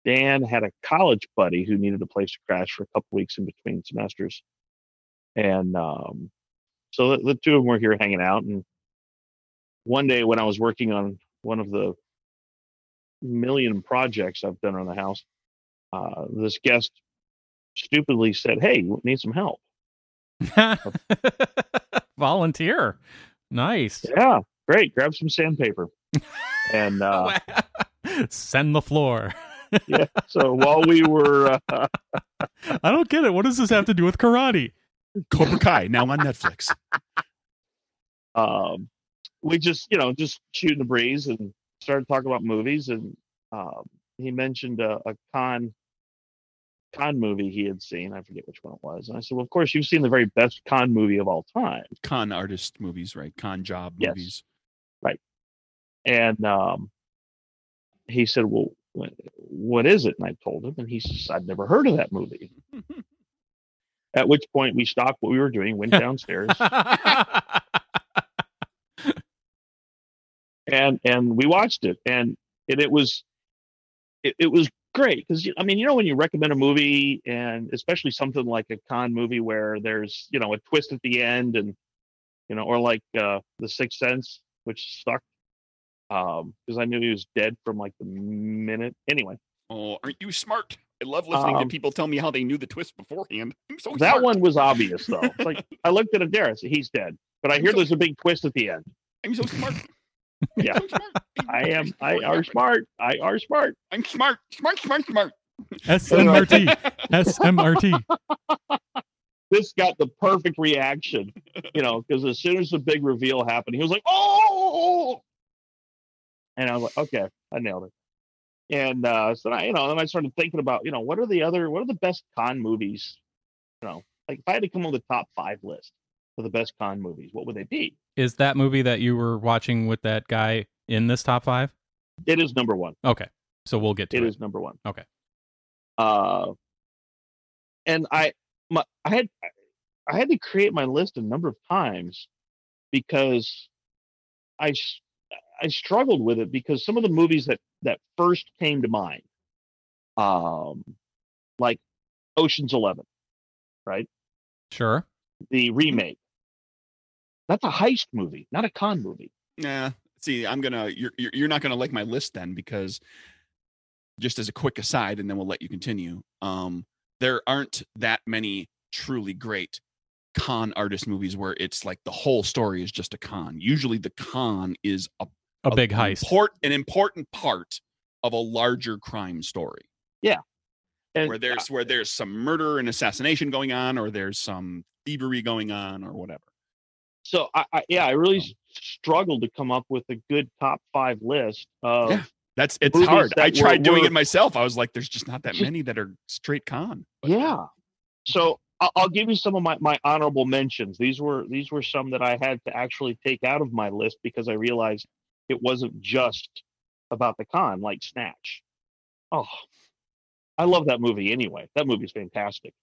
Speaker 1: Dan had a college buddy who needed a place to crash for a couple weeks in between semesters, and um, so the, the two of them were here hanging out. And one day, when I was working on one of the million projects I've done on the house, uh, this guest stupidly said, "Hey, you need some help."
Speaker 3: Volunteer, nice.
Speaker 1: Yeah, great. Grab some sandpaper. And uh,
Speaker 3: Send the floor.
Speaker 1: yeah, so while we were, uh,
Speaker 3: I don't get it. What does this have to do with karate?
Speaker 2: Cobra Kai now on Netflix.
Speaker 1: um, we just you know just shooting the breeze and started talking about movies, and um, he mentioned a, a con con movie he had seen. I forget which one it was, and I said, "Well, of course you've seen the very best con movie of all time."
Speaker 2: Con artist movies, right? Con job
Speaker 1: Yes.
Speaker 2: movies.
Speaker 1: And um, he said, "Well, what, what is it?" And I told him, and he says, "I've never heard of that movie." At which point we stopped what we were doing, went downstairs, and and we watched it and and it was it, it was great because I mean, you know, when you recommend a movie and especially something like a con movie where there's you know a twist at the end and you know, or like uh, The Sixth Sense, which sucked because I knew he was dead from like the minute. Anyway,
Speaker 2: Oh, aren't you smart? I love listening to
Speaker 1: Um,
Speaker 2: people tell me how they knew the twist beforehand. I'm so
Speaker 1: that
Speaker 2: smart.
Speaker 1: one was obvious though. It's like I looked at Adair, I said, he's dead, but I hear there's a big twist at the end.
Speaker 2: I'm so smart.
Speaker 1: Yeah.
Speaker 2: I'm so smart.
Speaker 1: I am.
Speaker 2: Before
Speaker 1: I
Speaker 2: it
Speaker 1: are
Speaker 2: happened.
Speaker 1: smart. I are smart.
Speaker 2: I'm smart. Smart. Smart. Smart.
Speaker 3: SMRT. SMRT.
Speaker 1: This got the perfect reaction, you know, because as soon as the big reveal happened, he was like, "Oh!" And I was like, "Okay, I nailed it." And uh, so I, you know, then I started thinking about, you know, what are the other, what are the best con movies? You know, like if I had to come up with the top five list for the best con movies, what would they be?
Speaker 3: Is that movie that you were watching with that guy in this top five?
Speaker 1: It is number one.
Speaker 3: Okay. So we'll get to
Speaker 1: It
Speaker 3: it.
Speaker 1: is number one.
Speaker 3: Okay.
Speaker 1: Uh, and I, my, I had, I had to create my list a number of times because I, s- I struggled with it because some of the movies that that first came to mind, um, like Ocean's Eleven,
Speaker 3: Sure.
Speaker 1: the remake. That's a heist movie, not a con movie.
Speaker 2: Nah. See, I'm gonna. You're you're you're not gonna like my list then because, just as a quick aside, and then we'll let you continue. Um, there aren't that many truly great con artist movies where it's like the whole story is just a con. Usually, the con is a
Speaker 3: A big heist.
Speaker 2: import, an important part of a larger crime story.
Speaker 1: And
Speaker 2: where there's where there's some murder and assassination going on or there's some thievery going on or whatever
Speaker 1: so I, I yeah, I
Speaker 2: Oh.
Speaker 1: really s- struggled to come up with a good top five list of.
Speaker 2: Yeah. that's it's
Speaker 1: Movies
Speaker 2: hard i
Speaker 1: that
Speaker 2: tried
Speaker 1: were-
Speaker 2: doing
Speaker 1: were-
Speaker 2: it myself i was like there's just not that
Speaker 1: Just-
Speaker 2: many that are straight con But-
Speaker 1: Yeah. So I'll, I'll give you some of my, my honorable mentions. These were these were some that I had to actually take out of my list because I realized it wasn't just about the con, like Snatch. Oh, I love that movie anyway. That movie's fantastic.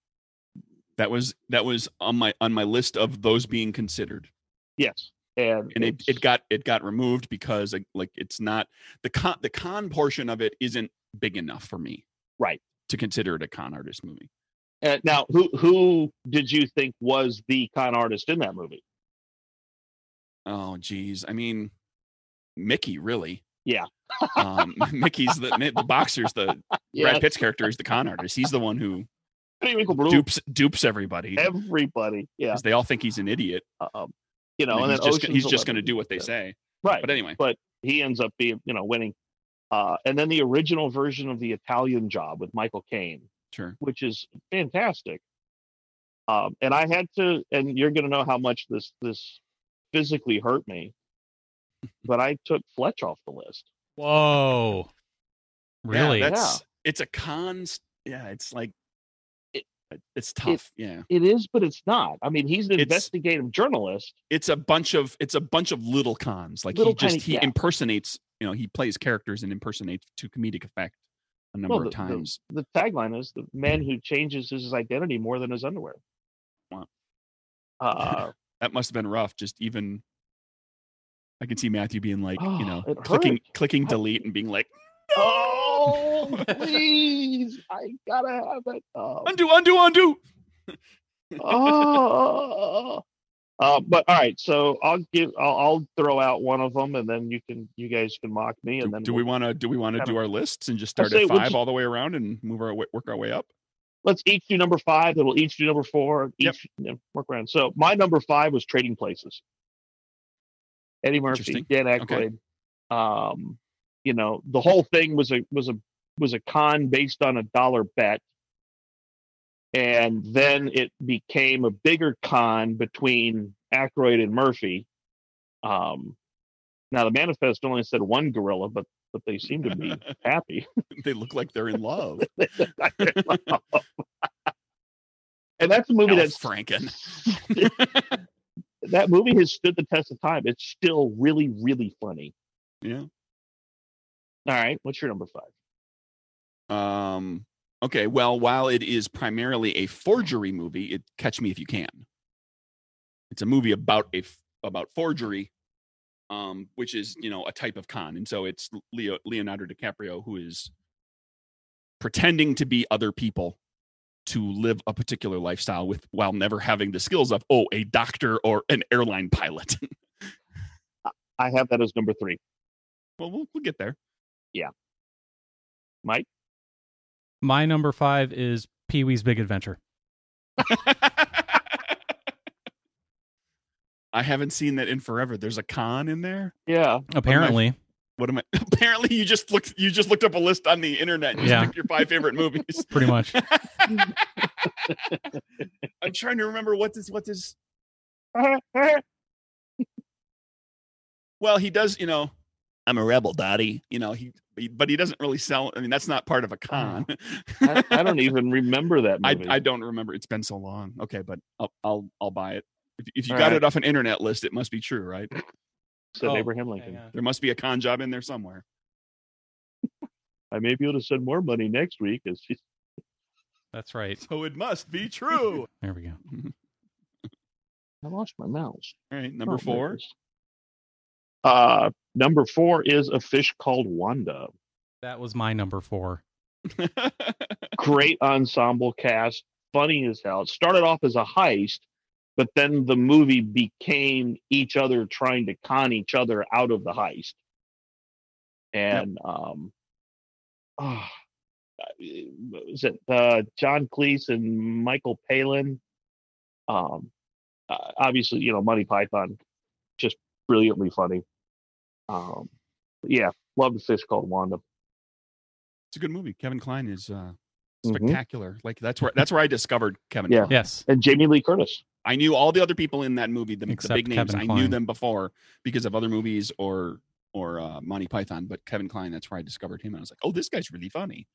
Speaker 2: that was that was on my on my list of those being considered
Speaker 1: Yes, and
Speaker 2: and it,
Speaker 1: it's-
Speaker 2: it got it got removed because like, like it's not the con the con portion of it isn't big enough for me
Speaker 1: Right.
Speaker 2: to consider it a con artist movie
Speaker 1: uh, now who who did you think was the con artist in that movie?
Speaker 2: Oh, geez. I mean, Mickey, really.
Speaker 1: Yeah.
Speaker 2: um, Mickey's the, the boxer's the
Speaker 1: Yeah,
Speaker 2: Brad Pitt's character is the con artist. He's the one who dupes dupes everybody because
Speaker 1: everybody. Yeah,
Speaker 2: they all think he's an idiot.
Speaker 1: um, you know,
Speaker 2: and
Speaker 1: and
Speaker 2: he's
Speaker 1: then
Speaker 2: just,
Speaker 1: Ocean's
Speaker 2: he's just going to
Speaker 1: Eleven.
Speaker 2: do what they
Speaker 1: Yeah.
Speaker 2: say.
Speaker 1: Right.
Speaker 2: But anyway,
Speaker 1: he ends up being you know winning uh and then the original version of the italian job with michael caine
Speaker 2: sure.
Speaker 1: which is fantastic um and i had to and you're gonna know how much this this physically hurt me but i took fletch off the list
Speaker 3: Whoa.
Speaker 2: Yeah,
Speaker 3: Really?
Speaker 2: that's it's a cons. Yeah, it's like
Speaker 1: It-
Speaker 2: it's tough. yeah,
Speaker 1: it is but it's not i mean he's an
Speaker 2: It's-
Speaker 1: investigative journalist
Speaker 2: it's a bunch of it's a bunch of little cons. Like
Speaker 1: Little
Speaker 2: he just
Speaker 1: tiny-
Speaker 2: he
Speaker 1: yeah.
Speaker 2: impersonates. You know, he plays characters and impersonates to comedic effect a number
Speaker 1: Well,
Speaker 2: of
Speaker 1: the- the-
Speaker 2: times.
Speaker 1: the tagline is the man who changes his identity more than his underwear
Speaker 2: Wow.
Speaker 1: uh
Speaker 2: that must have been rough. Just even, I can see Matthew being like, you know,
Speaker 1: Oh, it
Speaker 2: clicking
Speaker 1: hurt.
Speaker 2: clicking
Speaker 1: I-
Speaker 2: delete and being like,
Speaker 1: oh please i gotta have it oh
Speaker 2: undo, undo, undo.
Speaker 1: oh. Uh, but all right, so I'll give I'll, I'll throw out one of them, and then you can you guys can mock me,
Speaker 2: Do,
Speaker 1: and then
Speaker 2: do we want to do we want to
Speaker 1: kinda-
Speaker 2: do our lists and just start
Speaker 1: say,
Speaker 2: at
Speaker 1: we'll
Speaker 2: five
Speaker 1: just-
Speaker 2: all the way around and move our way, work our way up?
Speaker 1: let's each do number five, then we'll each do number four, and
Speaker 2: Yep.
Speaker 1: each yeah, work around. So my number five was Trading Places. Eddie Murphy,
Speaker 2: Interesting.
Speaker 1: Dan
Speaker 2: Okay.
Speaker 1: Aykroyd, um, you know the whole thing was a was a was a con based on a dollar bet, and then it became a bigger con between Aykroyd and Murphy. Um, now the manifest only said one gorilla, but but they seem to be happy.
Speaker 2: they look like they're in love.
Speaker 1: and that's a movie
Speaker 2: Al
Speaker 1: that's
Speaker 2: Franken.
Speaker 1: that movie has stood the test of time. It's still really, really funny.
Speaker 2: Yeah.
Speaker 1: All right. What's your number five?
Speaker 2: Um. Okay. Well, while it is primarily a forgery movie, it Catch Me If You Can. It's a movie about a f- about forgery, um, which is you know a type of con, and so it's Leo Leonardo DiCaprio who is pretending to be other people to live a particular lifestyle with while never having the skills of oh a doctor or an airline pilot
Speaker 1: I have that as number three.
Speaker 2: well, we'll we'll get there
Speaker 1: Mike,
Speaker 3: My number five is Pee Wee's Big Adventure.
Speaker 2: I haven't seen that in forever there's a con in there
Speaker 1: yeah,
Speaker 2: Oh,
Speaker 3: Apparently,
Speaker 2: what am I apparently you just looked you just looked up a list on the internet and just
Speaker 3: Yeah.
Speaker 2: picked your five favorite movies
Speaker 3: pretty much.
Speaker 2: I'm trying to remember what this what this Well, he does, you know, I'm a rebel, daddy. You know, he, he- but he doesn't really sell. I mean, that's not part of a con.
Speaker 1: Hmm. I, I don't even remember that
Speaker 2: I,
Speaker 1: movie.
Speaker 2: I don't remember. It's been so long. Okay, but I'll I'll, I'll buy it. If, if you
Speaker 1: All
Speaker 2: got
Speaker 1: right.
Speaker 2: it off an internet list, it must be true, right?
Speaker 1: said
Speaker 3: Oh,
Speaker 1: Abraham Lincoln.
Speaker 2: There must be a con job in there somewhere.
Speaker 1: I may be able to send more money next week. As she's,
Speaker 3: That's right.
Speaker 2: So Oh, it must be true.
Speaker 3: There we go.
Speaker 1: I lost my mouse. Oh,
Speaker 2: All right,
Speaker 3: Oh,
Speaker 2: number
Speaker 1: four.
Speaker 2: four.
Speaker 1: Uh, number four is a fish called Wanda.
Speaker 3: That was my number four.
Speaker 1: Great ensemble cast, funny as hell. It started off as a heist, but then the movie became each other trying to con each other out of the heist. And um, ah, uh, what was it uh, John Cleese and Michael Palin? Um, uh, obviously, you know Money Python, just brilliantly funny. Um, yeah, love the fish called Wanda.
Speaker 2: it's a good movie. Kevin Klein is uh,
Speaker 3: Mm-hmm.
Speaker 1: Mhm.
Speaker 2: spectacular. Like that's where that's where I discovered Kevin.
Speaker 1: Yeah.
Speaker 2: Kline.
Speaker 3: Yes.
Speaker 1: and Jamie Lee Curtis.
Speaker 2: I knew all the other people in that movie, the, the
Speaker 3: Except
Speaker 2: big names.
Speaker 3: Kevin
Speaker 2: I knew
Speaker 3: Kline.
Speaker 2: them before because of other movies or or uh, Monty Python, but Kevin Klein. That's where I discovered him, and I was like, "Oh, this guy's really funny."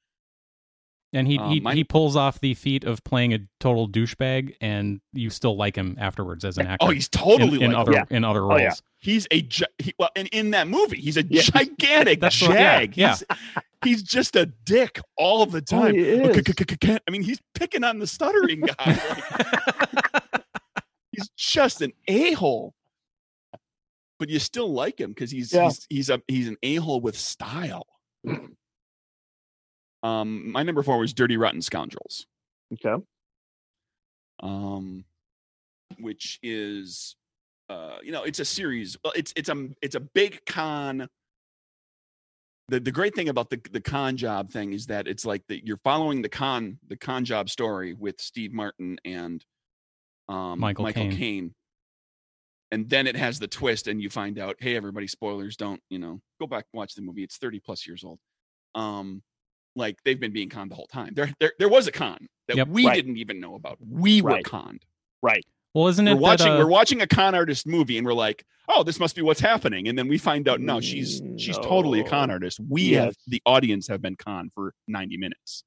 Speaker 3: And he,
Speaker 2: Uh,
Speaker 3: he,
Speaker 2: my-
Speaker 3: he pulls off the feat of playing a total douchebag, and you still like him afterwards as an actor.
Speaker 2: Oh, he's
Speaker 3: in,
Speaker 2: totally
Speaker 3: in
Speaker 2: like
Speaker 3: other
Speaker 1: Yeah.
Speaker 3: in other
Speaker 1: Oh,
Speaker 3: roles.
Speaker 1: yeah.
Speaker 2: he's a gi- he, well, and in that movie, he's a
Speaker 1: Yeah.
Speaker 2: gigantic
Speaker 3: That's what- yeah,
Speaker 2: jag. He's, he's just a dick all the
Speaker 1: Oh,
Speaker 2: time.
Speaker 1: he
Speaker 2: Oh, c-
Speaker 1: is.
Speaker 2: c- c- c- I mean, he's picking on the stuttering guy. Like, he's just an a hole. But you still like him because he's,
Speaker 1: Yeah.
Speaker 2: he's he's a he's an a hole with style. um, my number four was Dirty Rotten Scoundrels.
Speaker 1: Okay.
Speaker 2: um, which is uh, you know it's a series. Well, it's it's a it's a big con. The the great thing about the the con job thing is that it's like that you're following the con the con job story with Steve Martin and um,
Speaker 3: Michael Caine.
Speaker 2: Caine. And then it has the twist, and you find out, hey, everybody, spoilers! Don't you know? Go back, watch the movie. It's thirty plus years old. Um, like they've been being conned the whole time. There, there, there was a con that
Speaker 3: Yep.
Speaker 2: we
Speaker 1: Right.
Speaker 2: didn't even know about. We were
Speaker 1: Right.
Speaker 2: conned.
Speaker 3: Well, isn't it?
Speaker 2: We're
Speaker 3: that,
Speaker 2: watching,
Speaker 3: uh,
Speaker 2: we're watching a con artist movie, and we're like, "Oh, this must be what's happening." And then we find out, no, she's she's totally a con
Speaker 1: No.
Speaker 2: artist. We have
Speaker 1: Yes.
Speaker 2: the audience have been conned for ninety minutes.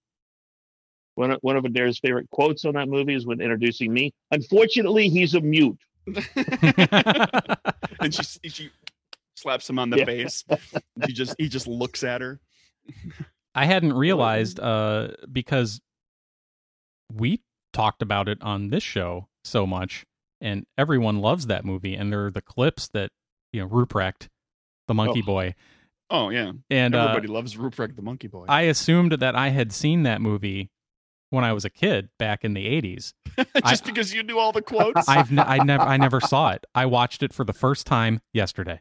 Speaker 1: One of, one of Adair's favorite quotes on that movie is when introducing me. Unfortunately, he's a mute.
Speaker 3: uh,
Speaker 2: And she she slaps him on the
Speaker 1: Yeah.
Speaker 2: face. He just he just looks at her.
Speaker 3: I hadn't realized uh, because we talked about it on this show so much, and everyone loves that movie. And there are the clips that you know Ruprecht, the Monkey
Speaker 1: Oh.
Speaker 3: Boy,
Speaker 2: Oh yeah,
Speaker 3: and uh,
Speaker 2: everybody loves Ruprecht the Monkey Boy.
Speaker 3: I assumed that I had seen that movie when I was a kid back in the eighties.
Speaker 2: just because you knew all the quotes.
Speaker 3: I've n- I never I never saw it. I watched it for the first time yesterday.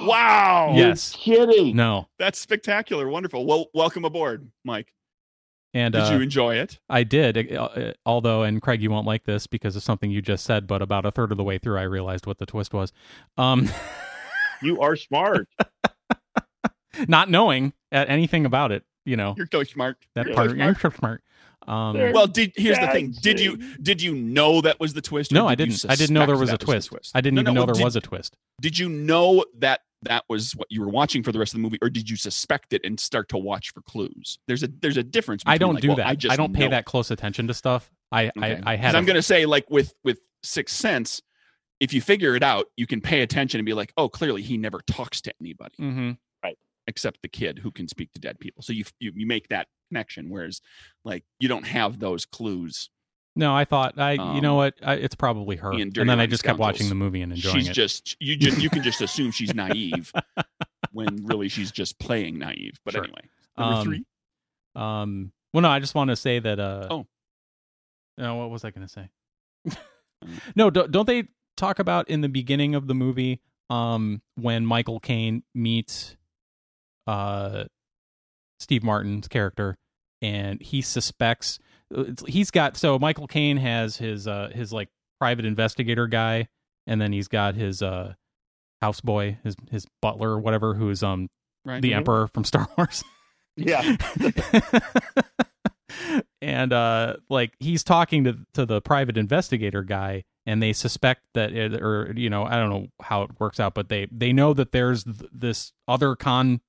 Speaker 2: wow,
Speaker 3: Yeah. Yes.
Speaker 1: You're kidding.
Speaker 3: No,
Speaker 2: that's spectacular, wonderful. Well, welcome aboard, Mike.
Speaker 3: and
Speaker 2: Did
Speaker 3: uh,
Speaker 2: you enjoy it?
Speaker 3: I did, uh, uh, although, and Craig, you won't like this because of something you just said, but about a third of the way through, I realized what the twist was. Um,
Speaker 1: You are smart.
Speaker 3: not knowing at anything about it, you know,
Speaker 2: You're so smart.
Speaker 3: that
Speaker 2: You're so
Speaker 3: part.
Speaker 2: smart.
Speaker 3: you're so smart. Um,
Speaker 1: There-
Speaker 2: Well, did here's the thing.
Speaker 1: That's
Speaker 2: Did you did you know that was the twist? or
Speaker 3: no, I
Speaker 2: did you
Speaker 3: didn't. I didn't know there
Speaker 2: suspect
Speaker 3: was a
Speaker 2: that
Speaker 3: twist.
Speaker 2: the
Speaker 3: I didn't
Speaker 2: No,
Speaker 3: even
Speaker 2: no,
Speaker 3: know
Speaker 2: well,
Speaker 3: there
Speaker 2: did,
Speaker 3: was a twist.
Speaker 2: Did you know that that was what you were watching for the rest of the movie, or did you suspect it and start to watch for clues? There's a there's a difference. Between,
Speaker 3: I don't
Speaker 2: like,
Speaker 3: do
Speaker 2: well,
Speaker 3: that.
Speaker 2: I just
Speaker 3: don't pay
Speaker 2: know.
Speaker 3: that close attention to stuff. I
Speaker 2: Okay.
Speaker 3: I, I
Speaker 2: 'Cause
Speaker 3: had.
Speaker 2: I'm
Speaker 3: a-
Speaker 2: gonna say like with with Sixth Sense, if you figure it out, you can pay attention and be like, oh, clearly he never talks to anybody
Speaker 3: Mhm.
Speaker 2: except the kid who can speak to dead people. So you you, you make that connection. Whereas like you don't have those clues.
Speaker 3: No, I thought I. you know
Speaker 2: Um,
Speaker 3: what? I, it's probably her.
Speaker 2: Ian
Speaker 3: And
Speaker 2: Dirty
Speaker 3: then I
Speaker 2: Rotten
Speaker 3: just kept watching
Speaker 2: Scoundrels.
Speaker 3: the movie and enjoying
Speaker 2: she's
Speaker 3: it.
Speaker 2: just you just you can just assume she's naive when really she's just playing naive but
Speaker 3: Sure.
Speaker 2: anyway number
Speaker 3: Um,
Speaker 2: three
Speaker 3: Um, well, no, I just want to say that. Uh,
Speaker 2: Oh.
Speaker 3: No, what was I going to say? no, don't, don't they talk about in the beginning of the movie um, when Michael Caine meets uh, Steve Martin's character, and he suspects uh, it's- he's got so Michael Caine has his uh, his like private investigator guy, and then he's got his uh, houseboy, his his butler or whatever, who's um
Speaker 2: Right.
Speaker 3: the Emperor from Star Wars.
Speaker 1: Yeah.
Speaker 3: and uh like he's talking to to the private investigator guy and they suspect that it, or you know I don't know how it works out but they they know that there's th- this other con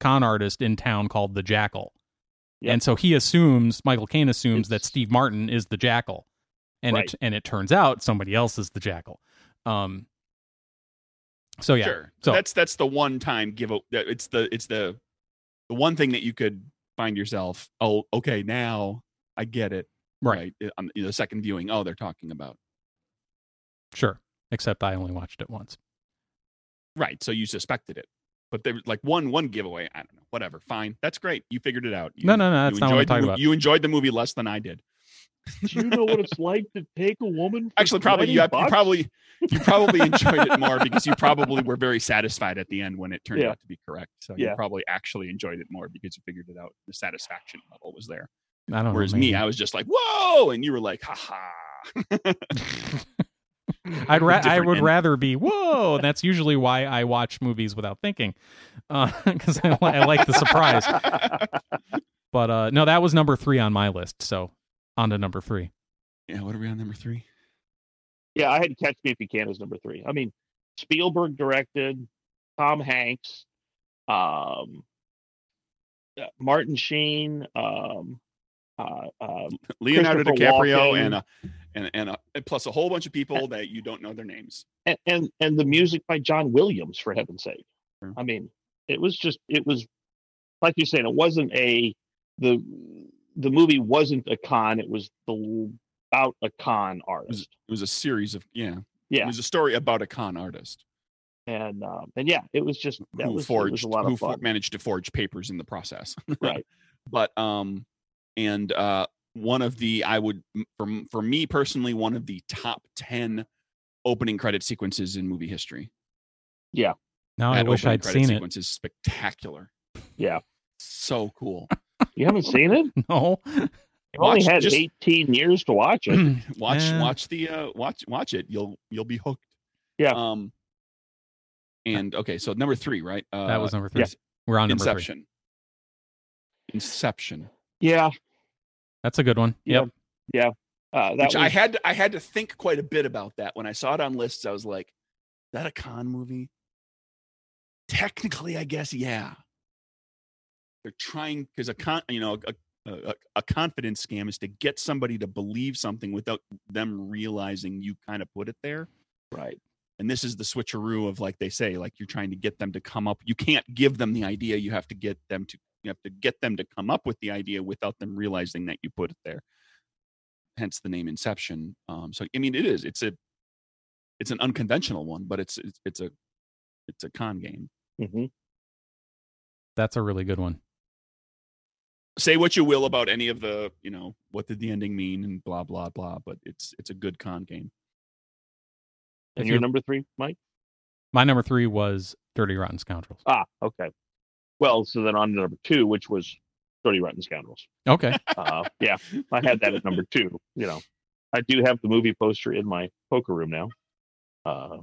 Speaker 3: con artist in town called the Jackal.
Speaker 1: Yep.
Speaker 3: And so he assumes Michael Caine assumes that
Speaker 1: It's-
Speaker 3: Steve Martin is the Jackal. And
Speaker 1: Right.
Speaker 3: it and it turns out somebody else is the Jackal. Um so oh, yeah.
Speaker 2: Sure.
Speaker 3: So
Speaker 2: that's that's the one time give a, that- it's the it's the the one thing that you could find yourself. Oh, okay, now I get it.
Speaker 3: Right.
Speaker 2: right. On the second viewing, oh, they're talking about
Speaker 3: sure. Except I only watched it once.
Speaker 2: right. So you suspected it, but there was like one one giveaway. I don't know. Whatever. Fine. That's great. You figured it out. You,
Speaker 3: No, no, no,
Speaker 2: you
Speaker 3: that's not what I'm
Speaker 2: enjoyed the
Speaker 3: talking
Speaker 2: mo-
Speaker 3: about.
Speaker 2: You enjoyed the movie less than I did.
Speaker 1: Do you know what it's like to take a woman? For
Speaker 2: Actually, probably
Speaker 1: 20
Speaker 2: you, have, you
Speaker 1: bucks?
Speaker 2: probably you probably enjoyed it more because you probably were very satisfied at the end when it turned
Speaker 1: Yeah.
Speaker 2: out to be correct. So you
Speaker 1: Yeah.
Speaker 2: probably actually enjoyed it more because you figured it out. The satisfaction level was there.
Speaker 3: I don't
Speaker 2: Whereas
Speaker 3: know.
Speaker 2: me, I was just like, "Whoa!" and you were like, "Ha ha."
Speaker 3: I'd ra- I
Speaker 2: different
Speaker 3: would
Speaker 2: end.
Speaker 3: rather be whoa. and That's usually why I watch movies without thinking, because I, li- I like the surprise. But uh, no, that was number three on my list. So on to number three.
Speaker 2: yeah, what are we on number three?
Speaker 1: Yeah, I had Catch Me If You Can as number three. I mean, Spielberg directed, Tom Hanks, um, uh, Martin Sheen, um, uh, um,
Speaker 2: Leonardo
Speaker 1: Christopher
Speaker 2: DiCaprio
Speaker 1: Walken.
Speaker 2: and a, and and, a, and plus a whole bunch of people that you don't know their names.
Speaker 1: and, and and the music by John Williams, for heaven's sake.
Speaker 2: Sure.
Speaker 1: I mean, it was just it was like you're saying, it wasn't a the the movie wasn't a con. It was the about a con
Speaker 2: It was,
Speaker 1: artist.
Speaker 2: it was a series of yeah, It
Speaker 1: Yeah,
Speaker 2: was a story about a con artist
Speaker 1: and um, and yeah, it was just that
Speaker 2: who
Speaker 1: was, it
Speaker 2: forged
Speaker 1: was a lot
Speaker 2: who
Speaker 1: of
Speaker 2: for-
Speaker 1: fun.
Speaker 2: managed to forge papers in the process.
Speaker 1: Right.
Speaker 2: but um, and uh, one of the I would for for me personally one of the top ten opening credit sequences in movie history.
Speaker 3: Now Oh, I
Speaker 2: That
Speaker 3: wish
Speaker 2: opening
Speaker 3: I'd
Speaker 2: credit
Speaker 3: seen
Speaker 2: sequence is spectacular.
Speaker 1: Yeah.
Speaker 2: so cool.
Speaker 1: You haven't seen it?
Speaker 3: it. No,
Speaker 1: You've only
Speaker 2: Watch-
Speaker 1: had
Speaker 2: just-
Speaker 1: 18 years to watch it.
Speaker 2: watch
Speaker 3: Yeah.
Speaker 2: watch the uh watch watch it you'll you'll be hooked
Speaker 1: Yeah.
Speaker 2: um and okay so number three right uh
Speaker 3: Uh, that was number three.
Speaker 2: yeah.
Speaker 3: We're on number three.
Speaker 2: inception inception
Speaker 1: yeah,
Speaker 3: That's a good one.
Speaker 1: Yeah.
Speaker 3: Yep.
Speaker 1: uh, that
Speaker 2: which i
Speaker 1: was-
Speaker 2: had to, i had to think quite a bit about that when i saw it on lists i was like is that a con movie technically i guess yeah they're trying because a con you know a, a, a confidence scam is to get somebody to believe something without them realizing you kind of put it there
Speaker 1: right.
Speaker 2: and this is the switcheroo of like they say like you're trying to get them to come up you can't give them the idea you have to get them to you have to get them to come up with the idea without them realizing that you put it there hence the name inception um so i mean it is it's a it's an unconventional one but it's it's, it's a it's a con game
Speaker 1: hmm
Speaker 3: That's a really good one.
Speaker 2: say what you will about any of the you know what did the ending mean and blah blah blah but it's it's a good con game
Speaker 3: If
Speaker 1: And your
Speaker 3: you-
Speaker 1: number three, Mike?
Speaker 3: my number three was Dirty Rotten Scoundrels.
Speaker 1: Ah, okay. Well, so then on to number two, which was 30 Rotten Scoundrels.
Speaker 3: Okay,
Speaker 1: Uh, yeah, I had that at number two. You know, I do have the movie poster in my poker room now. Uh,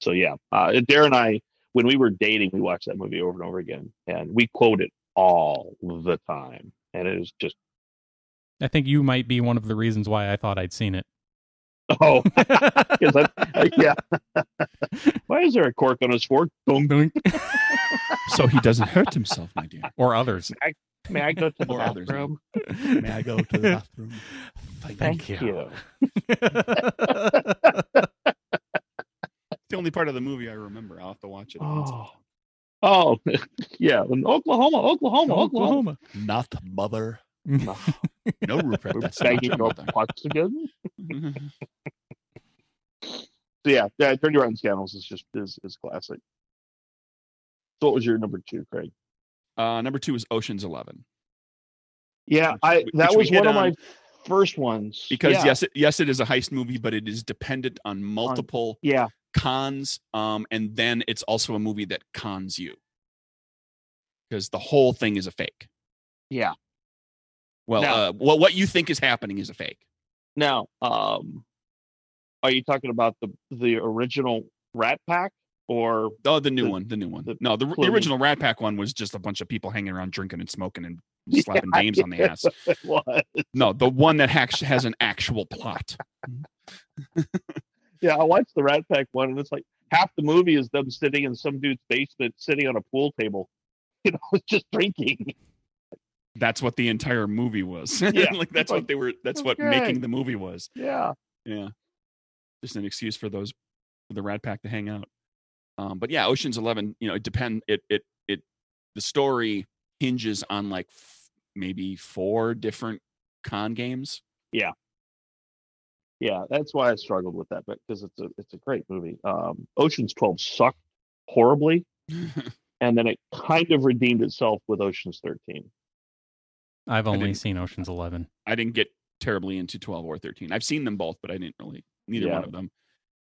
Speaker 1: so yeah, uh, Darren and I, when we were dating, we watched that movie over and over again, and we quote it all the time, and it is just
Speaker 3: I think you might be one of the reasons why I thought I'd seen it.
Speaker 1: oh, 'cause I- yeah. Why is there a cork on his fork? Boom.
Speaker 2: so he doesn't hurt himself my dear
Speaker 3: or others.
Speaker 1: May I go to the
Speaker 2: Or others.
Speaker 1: bathroom?
Speaker 2: may i go to the bathroom
Speaker 3: Thank,
Speaker 1: Thank you.
Speaker 2: It's the only part of the movie I remember. I'll have to watch it.
Speaker 1: Oh, oh, yeah. in Oklahoma, Oklahoma, Oklahoma.
Speaker 3: Oklahoma.
Speaker 2: Not mother.
Speaker 3: Mm.
Speaker 1: No,
Speaker 2: No, Rupert.
Speaker 1: we're
Speaker 2: That's not
Speaker 1: begging
Speaker 2: your
Speaker 1: your
Speaker 2: mother.
Speaker 1: butts again.
Speaker 2: Mm-hmm.
Speaker 1: So yeah, yeah, Dirty Rotten Scandals is just is is classic. So what was your number two, Craig?
Speaker 2: uh, number two is Ocean's Eleven.
Speaker 1: Yeah, I
Speaker 2: Which
Speaker 1: that
Speaker 2: we
Speaker 1: was
Speaker 2: hit
Speaker 1: one of
Speaker 2: on.
Speaker 1: my first ones
Speaker 2: because
Speaker 1: yeah,
Speaker 2: yes, it, yes, it is a heist movie, but it is dependent on multiple
Speaker 1: yeah,
Speaker 2: cons, um, and then it's also a movie that cons you because the whole thing is a fake.
Speaker 1: yeah.
Speaker 2: Well,
Speaker 1: No.
Speaker 2: uh, well, what you think is happening is a fake.
Speaker 1: Now, um, are you talking about the the original Rat Pack or
Speaker 2: Oh, the new
Speaker 1: The-
Speaker 2: one, the new one.
Speaker 1: the
Speaker 2: no, the, the
Speaker 1: Clooney.
Speaker 2: original Rat Pack one was just a bunch of people hanging around drinking and smoking and
Speaker 1: Yeah,
Speaker 2: slapping dames on the
Speaker 1: yeah.
Speaker 2: ass.
Speaker 1: what?
Speaker 2: No, the one that hac- has an actual plot.
Speaker 1: Yeah, I watched the Rat Pack one, and it's like half the movie is them sitting in some dude's basement, sitting on a pool table, you know, just drinking.
Speaker 2: That's what the entire movie was.
Speaker 1: Yeah.
Speaker 2: like that's what they were. That's what
Speaker 1: Okay.
Speaker 2: making the movie was.
Speaker 1: Yeah,
Speaker 2: Yeah, just an excuse for those for the Rat Pack to hang out. Um, but yeah, Ocean's Eleven. You know, it depend. It it it. The story hinges on like f- maybe four different con games.
Speaker 1: yeah, that's why I struggled with that, but because it's a it's a great movie. Um, Ocean's Twelve sucked horribly, and then it kind of redeemed itself with Ocean's Thirteen.
Speaker 3: I've only
Speaker 2: didn't-
Speaker 3: seen Ocean's Eleven.
Speaker 2: I didn't get terribly into 12 or 13. I've seen them both, but I didn't really neither
Speaker 1: Yeah.
Speaker 2: one of them.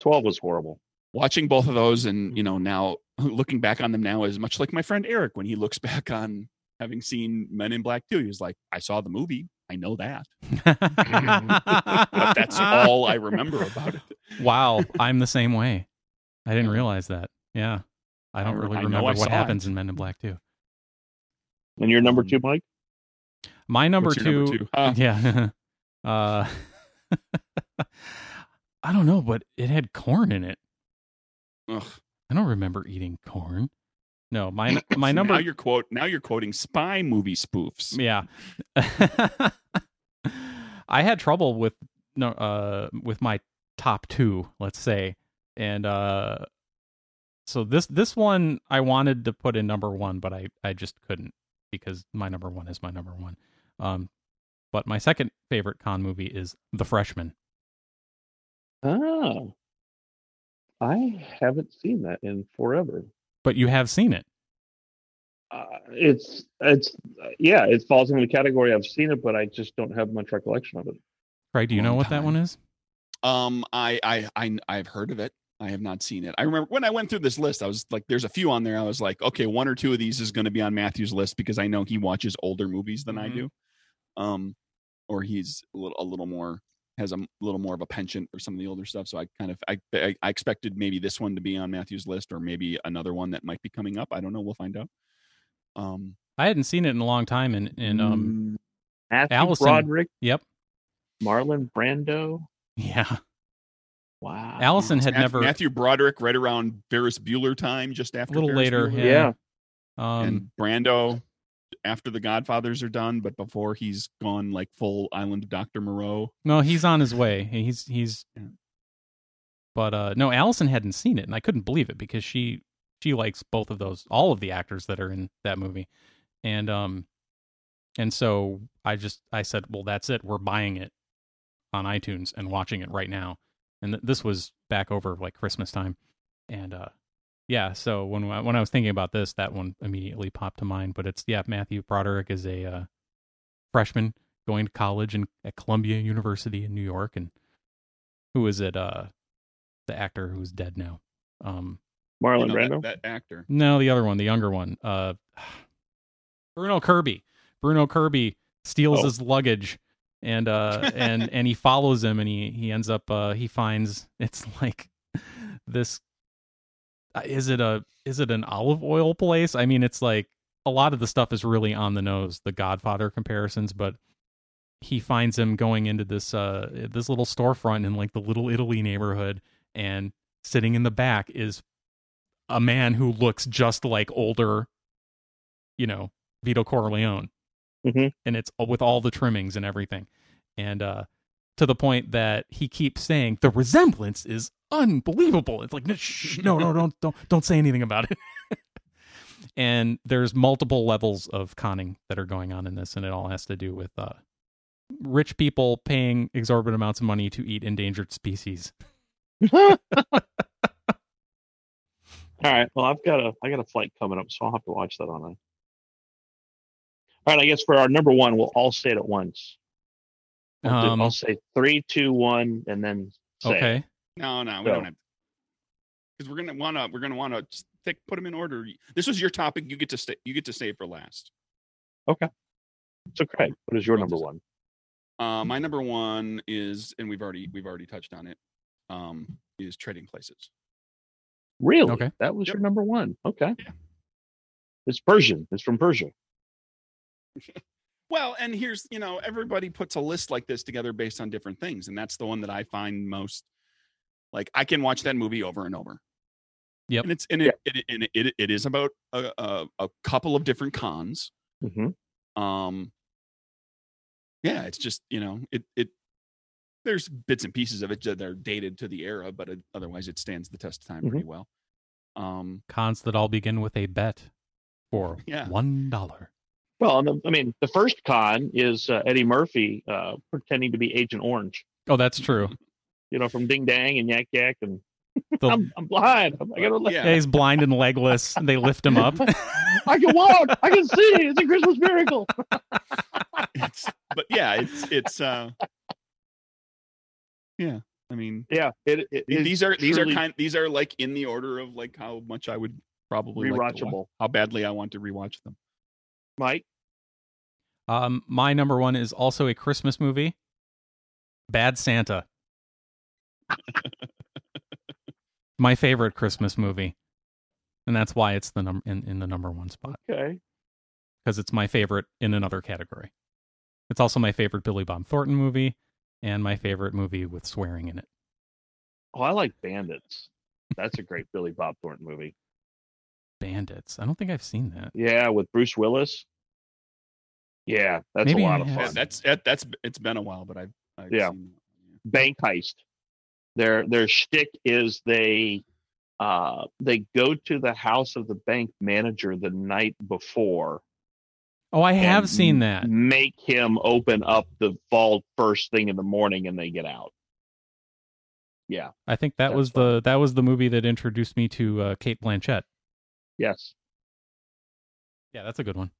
Speaker 1: Twelve was horrible.
Speaker 2: Watching both of those
Speaker 3: Mm-hmm.
Speaker 2: and, you know, now looking back on them now is much like my friend Eric when he looks back on having seen Men in Black 2. He was like, I saw the movie. I know that. But that's
Speaker 3: Ah.
Speaker 2: all I remember about it.
Speaker 3: Wow, I'm the same way. I didn't realize that. Yeah, I
Speaker 2: I-
Speaker 3: don't really
Speaker 2: I know
Speaker 3: remember
Speaker 2: I
Speaker 3: what
Speaker 2: saw
Speaker 3: happens in Men in Black Two.
Speaker 1: And your number
Speaker 2: Um,
Speaker 1: two, Mike?
Speaker 3: My number
Speaker 2: What's
Speaker 3: two,
Speaker 2: your number two? Uh,
Speaker 3: yeah. uh, I don't know, but it had corn in it.
Speaker 2: ugh.
Speaker 3: I don't remember eating corn. No, my my
Speaker 2: So
Speaker 3: number
Speaker 2: Now you're quote. Now you're quoting spy movie spoofs.
Speaker 3: Yeah. I had trouble with no uh with my top 2, let's say. And uh so this this one I wanted to put in number 1, but I I just couldn't because my number 1 is my number 1. Um but my second favorite con movie is The Freshman.
Speaker 1: Oh. I haven't seen that in forever.
Speaker 3: But you have seen it.
Speaker 1: Uh, it's it's uh, yeah, it falls in the category I've seen it, but I just don't have much recollection of it.
Speaker 3: Craig, do you know
Speaker 2: Long
Speaker 3: what that
Speaker 2: time.
Speaker 3: one is?
Speaker 2: Um, I, I, I, I've heard of it. I have not seen it. I remember when I went through this list, I was like, there's a few on there. I was like, okay, one or two of these is going to be on Matthew's list because I know he watches older movies than I
Speaker 3: Mhm.
Speaker 2: do. Um, or he's a little, a little more, has a m- little more of a penchant for some of the older stuff. So I kind of, I, I, I expected maybe this one to be on Matthew's list or maybe another one that might be coming up. I don't know. We'll find out. Um,
Speaker 3: I hadn't seen it in a long time and and
Speaker 2: Mm.
Speaker 3: um
Speaker 1: Mm. Matthew
Speaker 3: Allison-
Speaker 1: Broderick,
Speaker 3: yep.
Speaker 1: Marlon Brando.
Speaker 3: Yeah.
Speaker 1: Wow.
Speaker 3: Allison had
Speaker 2: Uh, Matthew,
Speaker 3: never
Speaker 2: Matthew Broderick right around Ferris Bueller time, just
Speaker 3: a
Speaker 2: after
Speaker 3: little
Speaker 2: Ferris
Speaker 3: later.
Speaker 2: Bueller.
Speaker 3: Yeah.
Speaker 1: Yeah.
Speaker 3: Um
Speaker 2: and Brando after the Godfathers are done, but before he's gone like full Island of Dr. Moreau.
Speaker 3: No, he's on his way. He's he's
Speaker 2: Yeah.
Speaker 3: But uh no, Allison hadn't seen it and I couldn't believe it because she she likes both of those all of the actors that are in that movie. And um and so I just I said, "Well, that's it. We're buying it on iTunes and watching it right now." And th- this was back over like Christmas time. And uh yeah, so when I, when I was thinking about this, that one immediately popped to mind, but it's yeah, Matthew Broderick is a uh freshman going to college in, at Columbia University in New York, and who is it? Uh, the actor who's dead now. Um,
Speaker 2: You
Speaker 1: Marlon
Speaker 2: know,
Speaker 1: Brando.
Speaker 2: that, that actor.
Speaker 3: no, the other one, the younger one. Uh, Bruno Kirby. Bruno Kirby steals
Speaker 1: Oh.
Speaker 3: his luggage, and uh, and and he follows him, and he he ends up uh, he finds it's like this. uh, Is it a is it an olive oil place? I mean, it's like a lot of the stuff is really on the nose, the Godfather comparisons, but he finds him going into this uh this little storefront in like the Little Italy neighborhood, and sitting in the back is a man who looks just like older, you know, Vito Corleone.
Speaker 1: Mhm.
Speaker 3: And it's with all the trimmings and everything. And uh, to the point that he keeps saying the resemblance is unbelievable. It's like, "No, shh, no, no, don't, don't, don't say anything about it. and there's multiple levels of conning that are going on in this, and it all has to do with uh, rich people paying exorbitant amounts of money to eat endangered species.
Speaker 1: All right. Well, I've got a I got a flight coming up, so I'll have to watch that online. All right, I guess for our number one, we'll all say it at once. I'll, do-
Speaker 3: Um,
Speaker 1: I'll say three, two, one, and then say. it.
Speaker 3: Okay.
Speaker 2: No, no, we
Speaker 1: No.
Speaker 2: don't have. Because we're gonna wanna, we're gonna wanna stick, put them in order. This is your topic. You get to stay. You get to save for last.
Speaker 1: So, Craig, what is your
Speaker 2: Well,
Speaker 1: number
Speaker 2: just-
Speaker 1: one?
Speaker 2: Uh, my number one is, and we've already we've already touched on it. Um, is trading places.
Speaker 1: Really?
Speaker 3: Okay.
Speaker 1: That was
Speaker 2: Yep.
Speaker 1: your number one. Okay.
Speaker 2: Yeah.
Speaker 1: It's Persian. It's from Persia.
Speaker 2: Well, and here's you know everybody puts a list like this together based on different things, and that's the one that I find most. Like I can watch that movie over and over.
Speaker 3: Yep.
Speaker 2: And it's and it, it, and it, it is about a, a a couple of different cons.
Speaker 1: Mm-hmm.
Speaker 2: um yeah it's just you know it it there's bits and pieces of it that are dated to the era but it, otherwise it stands the test of
Speaker 1: Mm-hmm.
Speaker 2: time pretty well um
Speaker 3: Cons that all begin with a bet for
Speaker 2: Yeah.
Speaker 3: one dollar.
Speaker 1: Well, and the, I mean, the first con is uh, Eddie Murphy uh, pretending to be Agent Orange,
Speaker 3: Oh, that's true.
Speaker 1: you know, from Ding Dang and Yak Yak. And
Speaker 3: The-
Speaker 1: I'm, I'm blind. I'm, I got to look.
Speaker 2: yeah
Speaker 3: Yeah, he's blind and legless. and they lift him up.
Speaker 1: I can walk. I can see. It's a Christmas miracle.
Speaker 2: it's, but yeah it's it's uh yeah i mean
Speaker 1: Yeah. It, it,
Speaker 2: th-
Speaker 1: it's
Speaker 2: these are these are
Speaker 1: truly
Speaker 2: kind these are like in the order of like how much i would probably like to watch-
Speaker 1: rewatchable.
Speaker 2: how badly i want to rewatch them
Speaker 1: Mike,
Speaker 3: um, my number one is also a Christmas movie. Bad Santa. my favorite Christmas movie, and that's why it's the num in, in the number one spot
Speaker 1: okay.
Speaker 3: because it's my favorite in another category. It's also my favorite Billy Bob Thornton movie, and my favorite movie with swearing in it.
Speaker 1: Oh, I like Bandits. That's a great Billy Bob Thornton movie.
Speaker 3: Bandits. I don't think I've seen that.
Speaker 1: Yeah, with Bruce Willis. Yeah, that's
Speaker 3: Maybe
Speaker 1: a lot
Speaker 3: I
Speaker 1: of
Speaker 3: have.
Speaker 1: fun.
Speaker 2: yeah, that's that, that's it's been a while but i've, I've
Speaker 1: Yeah.
Speaker 2: seen that.
Speaker 1: bank heist. Their their shtick is they uh they go to the house of the bank manager the night before.
Speaker 3: Oh, I have
Speaker 1: and
Speaker 3: seen
Speaker 1: m-
Speaker 3: that.
Speaker 1: Make him open up the vault first thing in the morning and they get out.
Speaker 3: I think that
Speaker 1: That's
Speaker 3: was the that was the movie that introduced me to uh, Kate Blanchett.
Speaker 1: Yes.
Speaker 3: Yeah, that's a good one.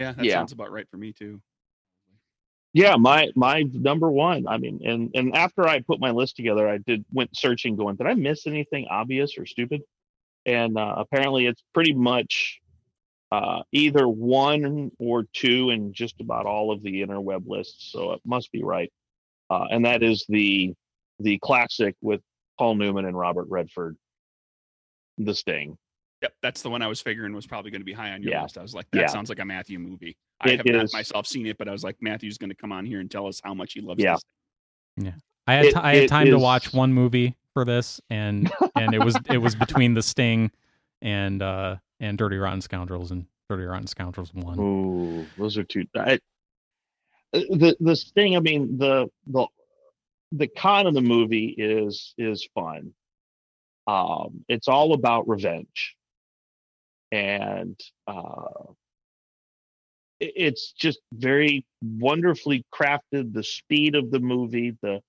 Speaker 2: Yeah, that
Speaker 1: Yeah.
Speaker 2: sounds about right for me too.
Speaker 1: Yeah, my my number one. I mean, and and after I put my list together, I did went searching, going, did I miss anything obvious or stupid? And uh, apparently, it's pretty much uh, either one or two in just about all of the interweb lists, so it must be right. Uh, and that is the the classic with Paul Newman and Robert Redford, The Sting.
Speaker 2: Yep, that's the one I was figuring was probably going to be high on your
Speaker 1: Yeah.
Speaker 2: list. I was like, that
Speaker 1: Yeah.
Speaker 2: sounds like a Matthew movie. I
Speaker 1: It
Speaker 2: have not
Speaker 1: is.
Speaker 2: myself seen it, but I was like, Matthew's going to come on here and tell us how much he loves
Speaker 1: Yeah.
Speaker 2: this.
Speaker 3: I had
Speaker 1: It-
Speaker 3: ti- I had
Speaker 1: it
Speaker 3: time to
Speaker 1: is-
Speaker 3: watch one movie for this, and and it was it was between The Sting and uh and Dirty Rotten Scoundrels, and Dirty Rotten Scoundrels won.
Speaker 1: Ooh, those are two. I, the the thing, I mean, the the the con of the movie is is fun. Um, it's all about revenge, and uh, it- it's just very wonderfully crafted. The speed of the movie, the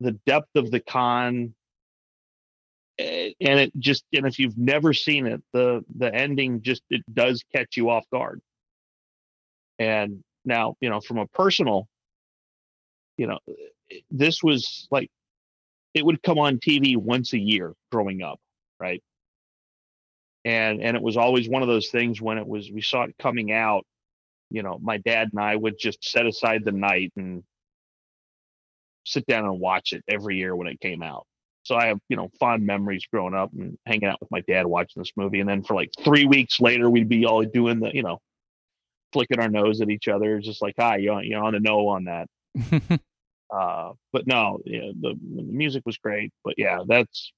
Speaker 1: the depth of the con, eh, and it just and if you've never seen it the the ending just it does catch you off guard and now you know from a personal you know this was like it would come on tv once a year growing up right and and it was always one of those things when it was we saw it coming out you know my dad and i would just set aside the night and sit down and watch it every year when it came out so I have, you know, fond memories growing up and hanging out with my dad watching this movie. And then for like three weeks later, we'd be all doing the, you know, flicking our nose at each other, just like, hi, you're on, you're on the know on that. Uh, but no, yeah, the, the music was great. But yeah, that's.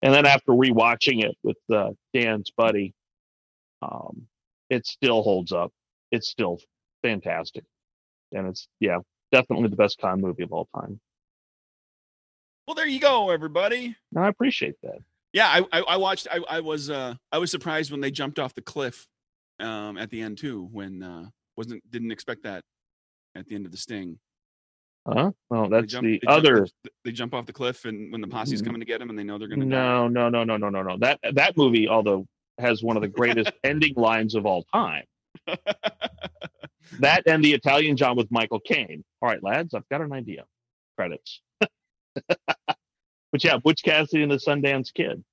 Speaker 1: And then after rewatching it with uh, Dan's buddy, um, it still holds up. It's still fantastic. And it's, yeah, definitely the best con movie of all time.
Speaker 2: Well, there you go, everybody.
Speaker 1: And I appreciate that.
Speaker 2: Yeah, I, I, I watched. I, I was uh, I was surprised when they jumped off the cliff um, at the end too. When uh, wasn't didn't expect that at the end of the sting.
Speaker 1: Huh? Well,
Speaker 2: They
Speaker 1: that's
Speaker 2: jump-
Speaker 1: the
Speaker 2: they jump-
Speaker 1: other.
Speaker 2: they jump off the cliff, and when the posse's
Speaker 1: Mm.
Speaker 2: coming to get them, and they know they're going to die.
Speaker 1: No, no, no, no, no, no, no. That that movie, although has one of the greatest ending lines of all time, that and the Italian John with Michael Caine. All right, lads, I've got an idea. Credits. but yeah, Butch Cassidy and the Sundance Kid.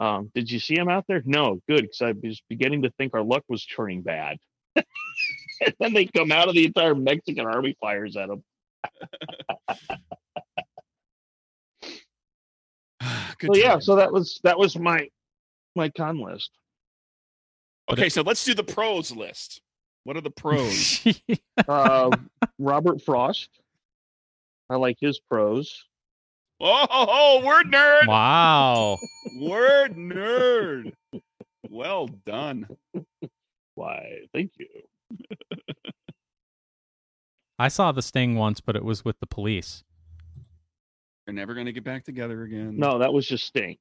Speaker 1: Um, did you see him out there? No, good, because I was beginning to think our luck was turning bad. and then they come out of the entire Mexican army fires at him. so yeah, so that was that was my my con list.
Speaker 2: Okay, so let's do the pros list. What are the pros?
Speaker 1: Uh, Robert Frost. I like his pros.
Speaker 2: oh, oh, oh, word nerd!
Speaker 3: wow.
Speaker 2: Word nerd! Well done.
Speaker 1: Why, thank you.
Speaker 3: I saw the sting once, but it was with the police.
Speaker 2: They're never going to get back together again.
Speaker 1: No, that was just Sting.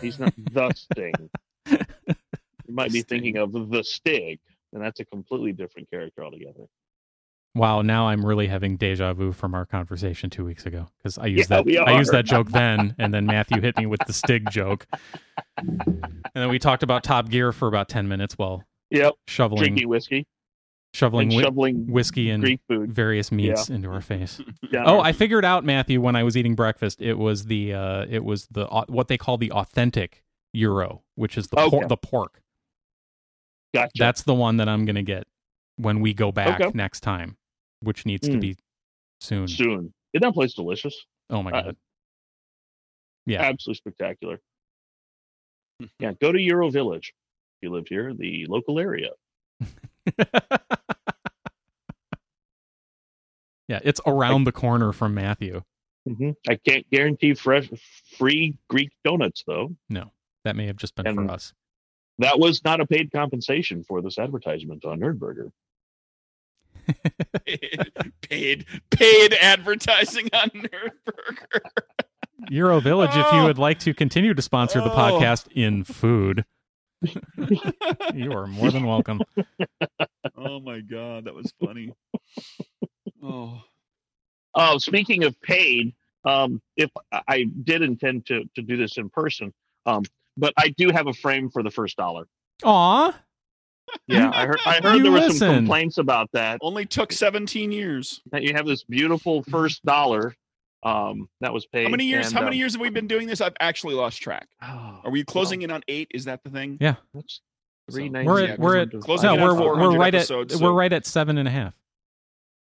Speaker 1: He's not the Sting. You might be
Speaker 2: Sting.
Speaker 1: thinking of the Stig, and that's a completely different character altogether.
Speaker 3: Wow, now I'm really having deja vu from our conversation two weeks ago because I used
Speaker 1: Yeah, we
Speaker 3: that I used
Speaker 1: are.
Speaker 3: that joke then, and then Matthew hit me with the Stig joke, and then we talked about Top Gear for about ten minutes while
Speaker 1: Yep,
Speaker 3: shoveling
Speaker 1: drinking whiskey
Speaker 3: shoveling
Speaker 1: and
Speaker 3: whi-
Speaker 1: shoveling
Speaker 3: whiskey and
Speaker 1: Greek food.
Speaker 3: various meats into our face.
Speaker 1: down
Speaker 3: Oh,
Speaker 1: our-
Speaker 3: I figured out Matthew when I was eating breakfast. It was the uh, it was the au- what they call the authentic euro, which is the por-
Speaker 1: Okay.
Speaker 3: the pork.
Speaker 1: gotcha.
Speaker 3: That's the one that I'm gonna get when we go back
Speaker 1: Okay.
Speaker 3: next time, which needs to
Speaker 1: Mm.
Speaker 3: be soon.
Speaker 1: soon. Isn't that place delicious?
Speaker 3: Oh my
Speaker 1: Uh,
Speaker 3: god. Yeah.
Speaker 1: Absolutely spectacular. Yeah, go to Euro Village if you live here, the local area.
Speaker 3: yeah, it's around the corner from Matthew. Mm-hmm.
Speaker 1: hmm I can't guarantee fresh, free Greek donuts, though.
Speaker 3: That may have just been
Speaker 1: And-
Speaker 3: for us.
Speaker 1: That was not a paid compensation for this advertisement on Nerdburger.
Speaker 2: paid paid advertising on Nerdburger.
Speaker 3: Euro Village, if you
Speaker 2: Oh.
Speaker 3: would like to continue to sponsor the
Speaker 2: Oh.
Speaker 3: podcast in food, you are more than welcome.
Speaker 2: oh my god, that was funny. Oh,
Speaker 1: Oh, speaking of paid, um, if I- I did intend to to do this in person, um, but I do have a frame for the first dollar.
Speaker 3: Aw.
Speaker 1: Yeah, I heard I heard
Speaker 3: You
Speaker 1: there were some
Speaker 3: listened.
Speaker 1: complaints about that.
Speaker 2: only took 17 years.
Speaker 1: That you have this beautiful
Speaker 3: Mm-hmm.
Speaker 1: first dollar um, that was paid.
Speaker 2: How many years?
Speaker 1: and,
Speaker 2: How many
Speaker 1: um, oh,
Speaker 2: years have we been doing this? I've actually lost track. Are we closing in on eight? Is that the thing?
Speaker 1: That's
Speaker 2: So-
Speaker 1: three
Speaker 3: We're at- we're at-
Speaker 2: Closing
Speaker 3: No,
Speaker 2: it on
Speaker 3: we're,
Speaker 2: 400
Speaker 3: we're right
Speaker 2: episodes,
Speaker 3: at
Speaker 2: so-
Speaker 3: we're right at seven and a half.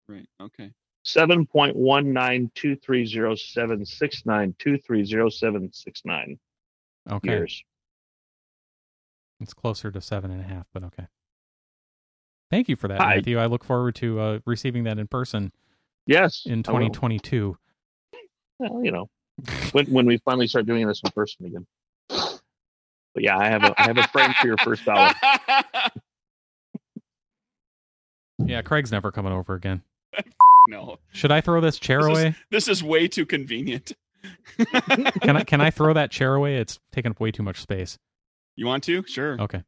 Speaker 2: Right. Okay.
Speaker 1: seven point one nine two three zero seven six nine two three zero seven six nine
Speaker 3: Okay.
Speaker 1: years.
Speaker 3: It's closer to seven and a half, but okay. Thank you for that,
Speaker 1: Hi.
Speaker 3: Matthew. I look forward to uh, receiving that in person
Speaker 1: Yes,
Speaker 3: in
Speaker 1: I will.
Speaker 3: 2022.
Speaker 1: Well, you know, when when we finally start doing this in person again. But yeah, I have a I have a frame for your first dollar.
Speaker 3: Yeah, Craig's never coming over again.
Speaker 2: no,
Speaker 3: Should I throw this chair
Speaker 2: This is-
Speaker 3: away?
Speaker 2: this is way too convenient.
Speaker 3: can I can I throw that chair away? It's taking up way too much space.
Speaker 2: You want to? Sure.
Speaker 3: Okay.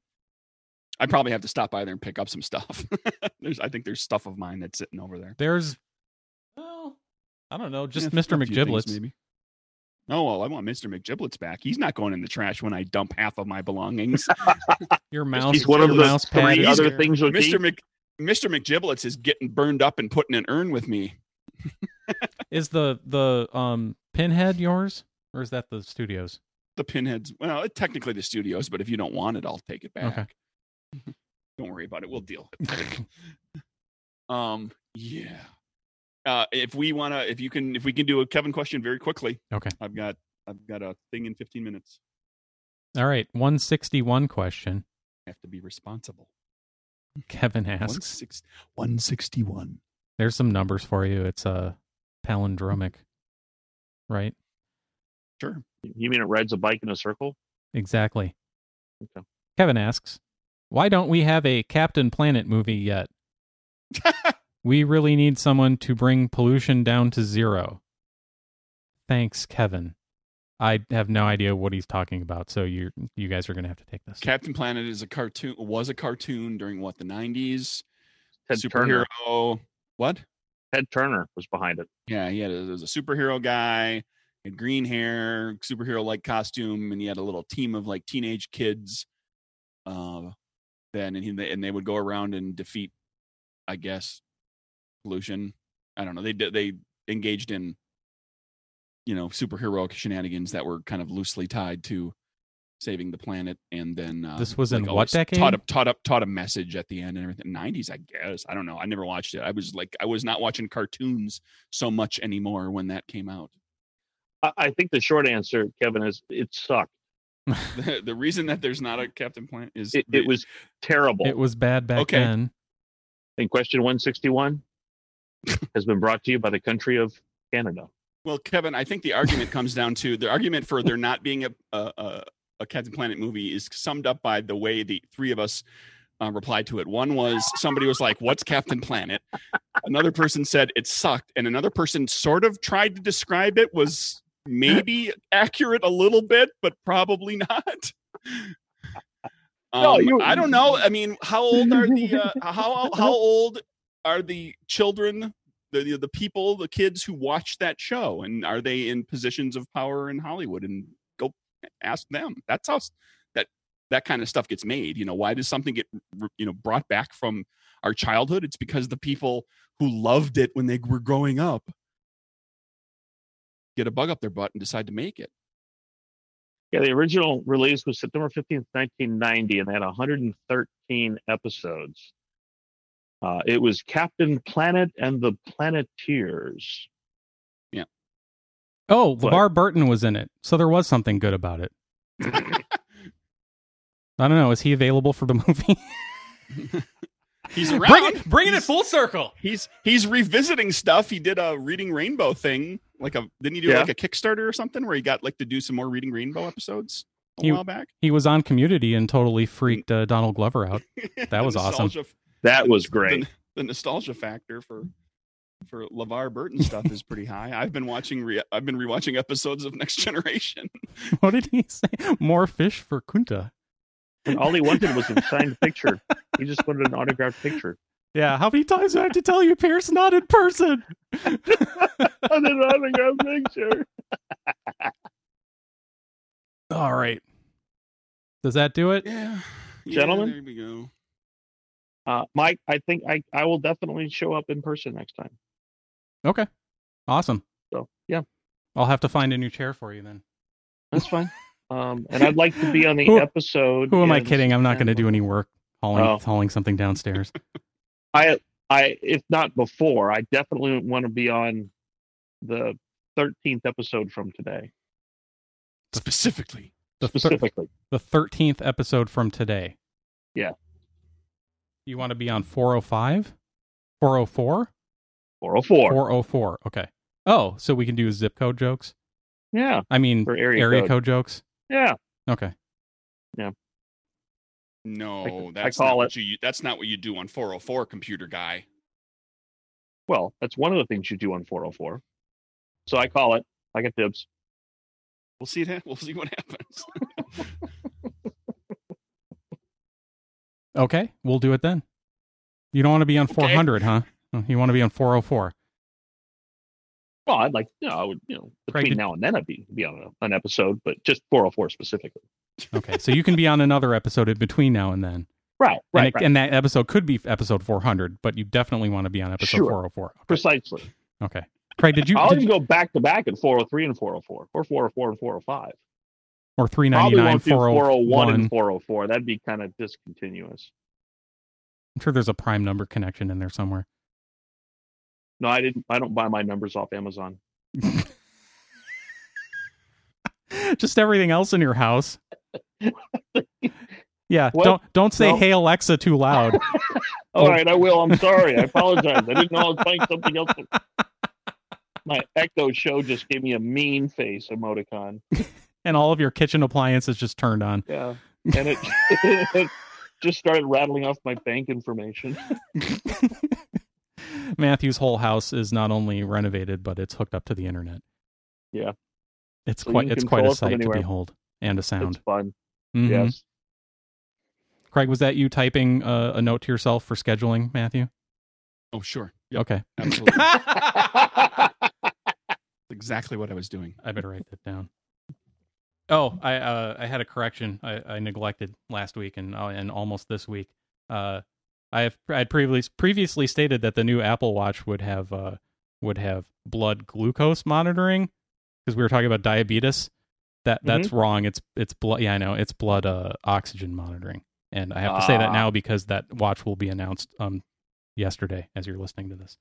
Speaker 2: I probably have to stop by there and pick up some stuff. there's, I think there's stuff of mine that's sitting over there.
Speaker 3: There's well, I don't know, just
Speaker 2: Yeah, a few
Speaker 3: Mr.
Speaker 2: things,
Speaker 3: McGiblets.
Speaker 2: maybe. Oh well, I want Mr. McGiblets back. He's not going in the trash when I dump half of my belongings.
Speaker 3: Your mouse
Speaker 1: He's one of
Speaker 3: your
Speaker 1: the
Speaker 3: mouse pad
Speaker 1: three
Speaker 3: is
Speaker 1: other
Speaker 3: there.
Speaker 1: things you'll
Speaker 2: Mr.
Speaker 1: keep.
Speaker 2: Mc, Mr. McGiblets is getting burned up and put in an urn with me.
Speaker 3: is the the um pinhead yours or is that the studios?
Speaker 2: The pinheads. Well, it, technically the studios, but if you don't want it, I'll take it back.
Speaker 3: Okay.
Speaker 2: Don't worry about it. We'll deal. with it. um. Yeah. Uh, if we wanna, if you can, if we can do a Kevin question very quickly.
Speaker 3: Okay.
Speaker 2: I've got, I've got a thing in 15 minutes.
Speaker 3: All right, 161 question.
Speaker 2: I have to be responsible.
Speaker 3: Kevin asks.
Speaker 2: 160 161.
Speaker 3: There's some numbers for you. It's uh palindromic. Right?
Speaker 2: Sure.
Speaker 1: You mean it rides a bike in a circle?
Speaker 3: Exactly.
Speaker 1: Okay.
Speaker 3: Kevin asks, "Why don't we have a Captain Planet movie yet? We really need someone to bring pollution down to zero. Thanks, Kevin. I have no idea what he's talking about, so you you guys are going to have to take this.
Speaker 2: Captain Planet is a cartoon. Was a cartoon during what the 90s.
Speaker 1: Ted
Speaker 2: Superhero.
Speaker 1: Turner.
Speaker 2: What?
Speaker 1: Ted Turner was behind it.
Speaker 2: Yeah, he had a, was a superhero guy, had green hair, superhero like costume, and he had a little team of like teenage kids. Uh, then, and he, and they would go around and defeat, I guess, pollution. I don't know. They did- they engaged in, you know, superheroic shenanigans that were kind of loosely tied to saving the planet. And then uh,
Speaker 3: This was in what
Speaker 2: always
Speaker 3: decade?
Speaker 2: Taught up, taught up, taught a message at the end and everything. Nineties, I guess. I don't know. I never watched it. I was like, I was not watching cartoons so much anymore when that came out.
Speaker 1: I, I think the short answer, Kevin, is it sucked.
Speaker 2: The, the reason that there's not a Captain Planet is
Speaker 1: It, it was terrible.
Speaker 3: It was bad back
Speaker 2: Okay.
Speaker 3: then.
Speaker 1: and question 161 has been brought to you by the country of Canada.
Speaker 2: Well, Kevin, I think the argument comes down to the argument for there not being a a, a, a Captain Planet movie is summed up by the way the three of us uh, replied to it. One was somebody was like, "What's Captain Planet?" Another person said it sucked, and another person sort of tried to describe it was maybe accurate a little bit, but probably not. Um,
Speaker 1: No, you-
Speaker 2: I don't know. I mean, how old are the uh, how how old are the children the, the the people, the kids who watch that show, and are they in positions of power in Hollywood? And go ask them. That's how s- that that kind of stuff gets made. You know, why does something get r- you know brought back from our childhood? It's because the people who loved it when they were growing up get a bug up their butt and decide to make it.
Speaker 1: Yeah, the original release was September 15th, 1990, and they had 113 episodes. Uh, it was Captain Planet and the Planeteers.
Speaker 3: Oh,
Speaker 1: What?
Speaker 3: LeVar Burton was in it, so there was something good about it. I don't know. Is he available for the movie?
Speaker 2: He's around.
Speaker 3: bring it, bring it full circle.
Speaker 2: He's he's revisiting stuff. He did a Reading Rainbow thing, like a didn't he do
Speaker 1: Yeah.
Speaker 2: like a Kickstarter or something where he got like to do some more Reading Rainbow episodes a
Speaker 3: He-
Speaker 2: while back.
Speaker 3: He was on Community and totally freaked uh, Donald Glover out. That was awesome.
Speaker 2: nostalgia-
Speaker 1: That was great.
Speaker 2: The, the nostalgia factor for for LeVar Burton stuff is pretty high. I've been watching re, I've been rewatching episodes of Next Generation.
Speaker 3: What did he say? More fish for Kunta.
Speaker 1: And all he wanted was a signed picture. He just wanted an autographed picture.
Speaker 3: Yeah, how many times do I have to tell you, Pierce? Not in person.
Speaker 1: I did an autographed picture.
Speaker 3: All right. Does that do it?
Speaker 2: Yeah. Yeah,
Speaker 1: Gentlemen?
Speaker 2: there we go.
Speaker 1: Uh, Mike, I think I, I will definitely show up in person next time.
Speaker 3: Okay. Awesome.
Speaker 1: So, yeah,
Speaker 3: I'll have to find a new chair for you then.
Speaker 1: that's fine. Um, and I'd like to be on the
Speaker 3: Who-
Speaker 1: episode.
Speaker 3: Who am I
Speaker 1: in
Speaker 3: kidding? I'm not going to
Speaker 1: September.
Speaker 3: do any work hauling
Speaker 1: Oh.
Speaker 3: hauling something downstairs.
Speaker 1: I I if not before, I definitely want to be on the thirteenth episode from today
Speaker 2: Specifically.
Speaker 3: The thir-
Speaker 1: specifically.
Speaker 3: the thirteenth episode from today.
Speaker 1: Yeah.
Speaker 3: You want to be on 405? 404?
Speaker 1: Four oh four.
Speaker 3: 404. Okay. Oh, so we can do zip code jokes?
Speaker 1: Yeah.
Speaker 3: I mean,
Speaker 1: Or
Speaker 3: area,
Speaker 1: area
Speaker 3: code.
Speaker 1: code.
Speaker 3: jokes?
Speaker 1: Yeah.
Speaker 3: Okay.
Speaker 2: No,
Speaker 1: I
Speaker 2: that's
Speaker 1: call
Speaker 2: not
Speaker 1: it.
Speaker 2: what you that's not what you do on 404 computer guy.
Speaker 1: Well, that's one of the things you do on four oh four. So I call it. I get dibs.
Speaker 2: We'll see that. We'll see what happens.
Speaker 3: Okay. We'll do it then. You don't want to be on 400, huh? Oh, You want to be on 404.
Speaker 1: Well, I'd like you know, I would you know
Speaker 3: Craig,
Speaker 1: between
Speaker 3: did-
Speaker 1: now and then I'd be be on a, an episode, but just four oh four specifically.
Speaker 3: Okay. So you can be on another episode in between now and then.
Speaker 1: Right. Right.
Speaker 3: and, it,
Speaker 1: right.
Speaker 3: and that episode could be episode 400, but you definitely want to be on episode
Speaker 1: Sure.
Speaker 3: 404.
Speaker 1: Precisely.
Speaker 3: Okay. Craig, did you,
Speaker 1: I'll
Speaker 3: did
Speaker 1: even go
Speaker 3: you
Speaker 1: back to back at 403 and 404, or 404 and 405.
Speaker 3: or
Speaker 1: Probably
Speaker 3: 399,
Speaker 1: won't do 401
Speaker 3: 401?
Speaker 1: and 404. That'd be kind of discontinuous.
Speaker 3: I'm sure there's a prime number connection in there somewhere.
Speaker 1: No, I didn't. I don't buy my numbers off Amazon.
Speaker 3: Just everything else in your house. Yeah,
Speaker 1: What?
Speaker 3: don't don't say
Speaker 1: No.
Speaker 3: "Hey Alexa" too loud.
Speaker 1: All
Speaker 3: Oh.
Speaker 1: right, I will. I'm sorry. I apologize. I didn't know I was buying something else. My Echo show just gave me a mean face emoticon.
Speaker 3: and all of your kitchen appliances just turned on.
Speaker 1: Yeah, and it, it just started rattling off my bank information.
Speaker 3: Matthew's whole house is not only renovated, but it's hooked up to the internet.
Speaker 1: Yeah.
Speaker 3: it's
Speaker 1: So you
Speaker 3: quite
Speaker 1: can
Speaker 3: it's
Speaker 1: control
Speaker 3: quite a
Speaker 1: it from
Speaker 3: sight to
Speaker 1: anywhere.
Speaker 3: behold and a sound.
Speaker 1: It's fun.
Speaker 3: Mhm.
Speaker 1: Yes.
Speaker 3: Craig, was that you typing uh, a note to yourself for scheduling, Matthew?
Speaker 2: Oh, sure.
Speaker 3: Okay,
Speaker 2: Absolutely. That's
Speaker 1: I
Speaker 2: exactly what I was doing.
Speaker 3: I better write that down. Oh, I uh, I had a correction I, I neglected last week and uh, and almost this week. Uh, I have I had previously previously stated that the new Apple Watch would have uh, would have blood glucose monitoring because we were talking about diabetes. That that's wrong. It's it's blood. Yeah, I know. It's blood uh, oxygen monitoring, and I have to say that
Speaker 2: Ah.
Speaker 3: now because that watch will be announced um yesterday as you're listening to this.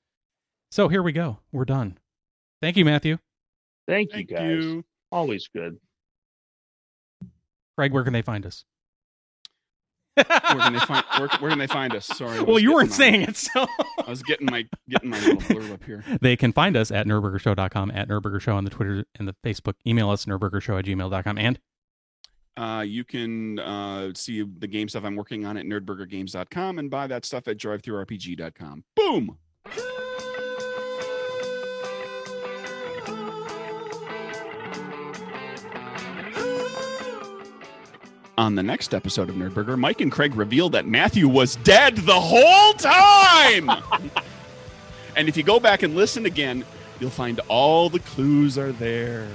Speaker 3: So here we go. We're done. Thank you, Matthew.
Speaker 1: Thank,
Speaker 2: Thank
Speaker 1: you guys.
Speaker 2: you.
Speaker 1: Always good.
Speaker 3: Craig, where can they find us?
Speaker 2: Where can they find? Where, where can they find us? Sorry. I
Speaker 3: well,
Speaker 2: was
Speaker 3: you
Speaker 2: getting
Speaker 3: weren't
Speaker 2: my-
Speaker 3: saying it, so
Speaker 2: I was getting my getting my little blurb up here.
Speaker 3: they can find us at nurburgershow.com, at nurburgershow on the Twitter and the Facebook. Email us nurburgershow at gmail.com. And
Speaker 2: Uh, you can uh, see the game stuff I'm working on at nerdburgergames.com and buy that stuff at drivethroughrpg.com. Boom. On the next episode of Nerdburger, Mike and Craig reveal that Matthew was dead the whole time. and if you go back and listen again, you'll find all the clues are there.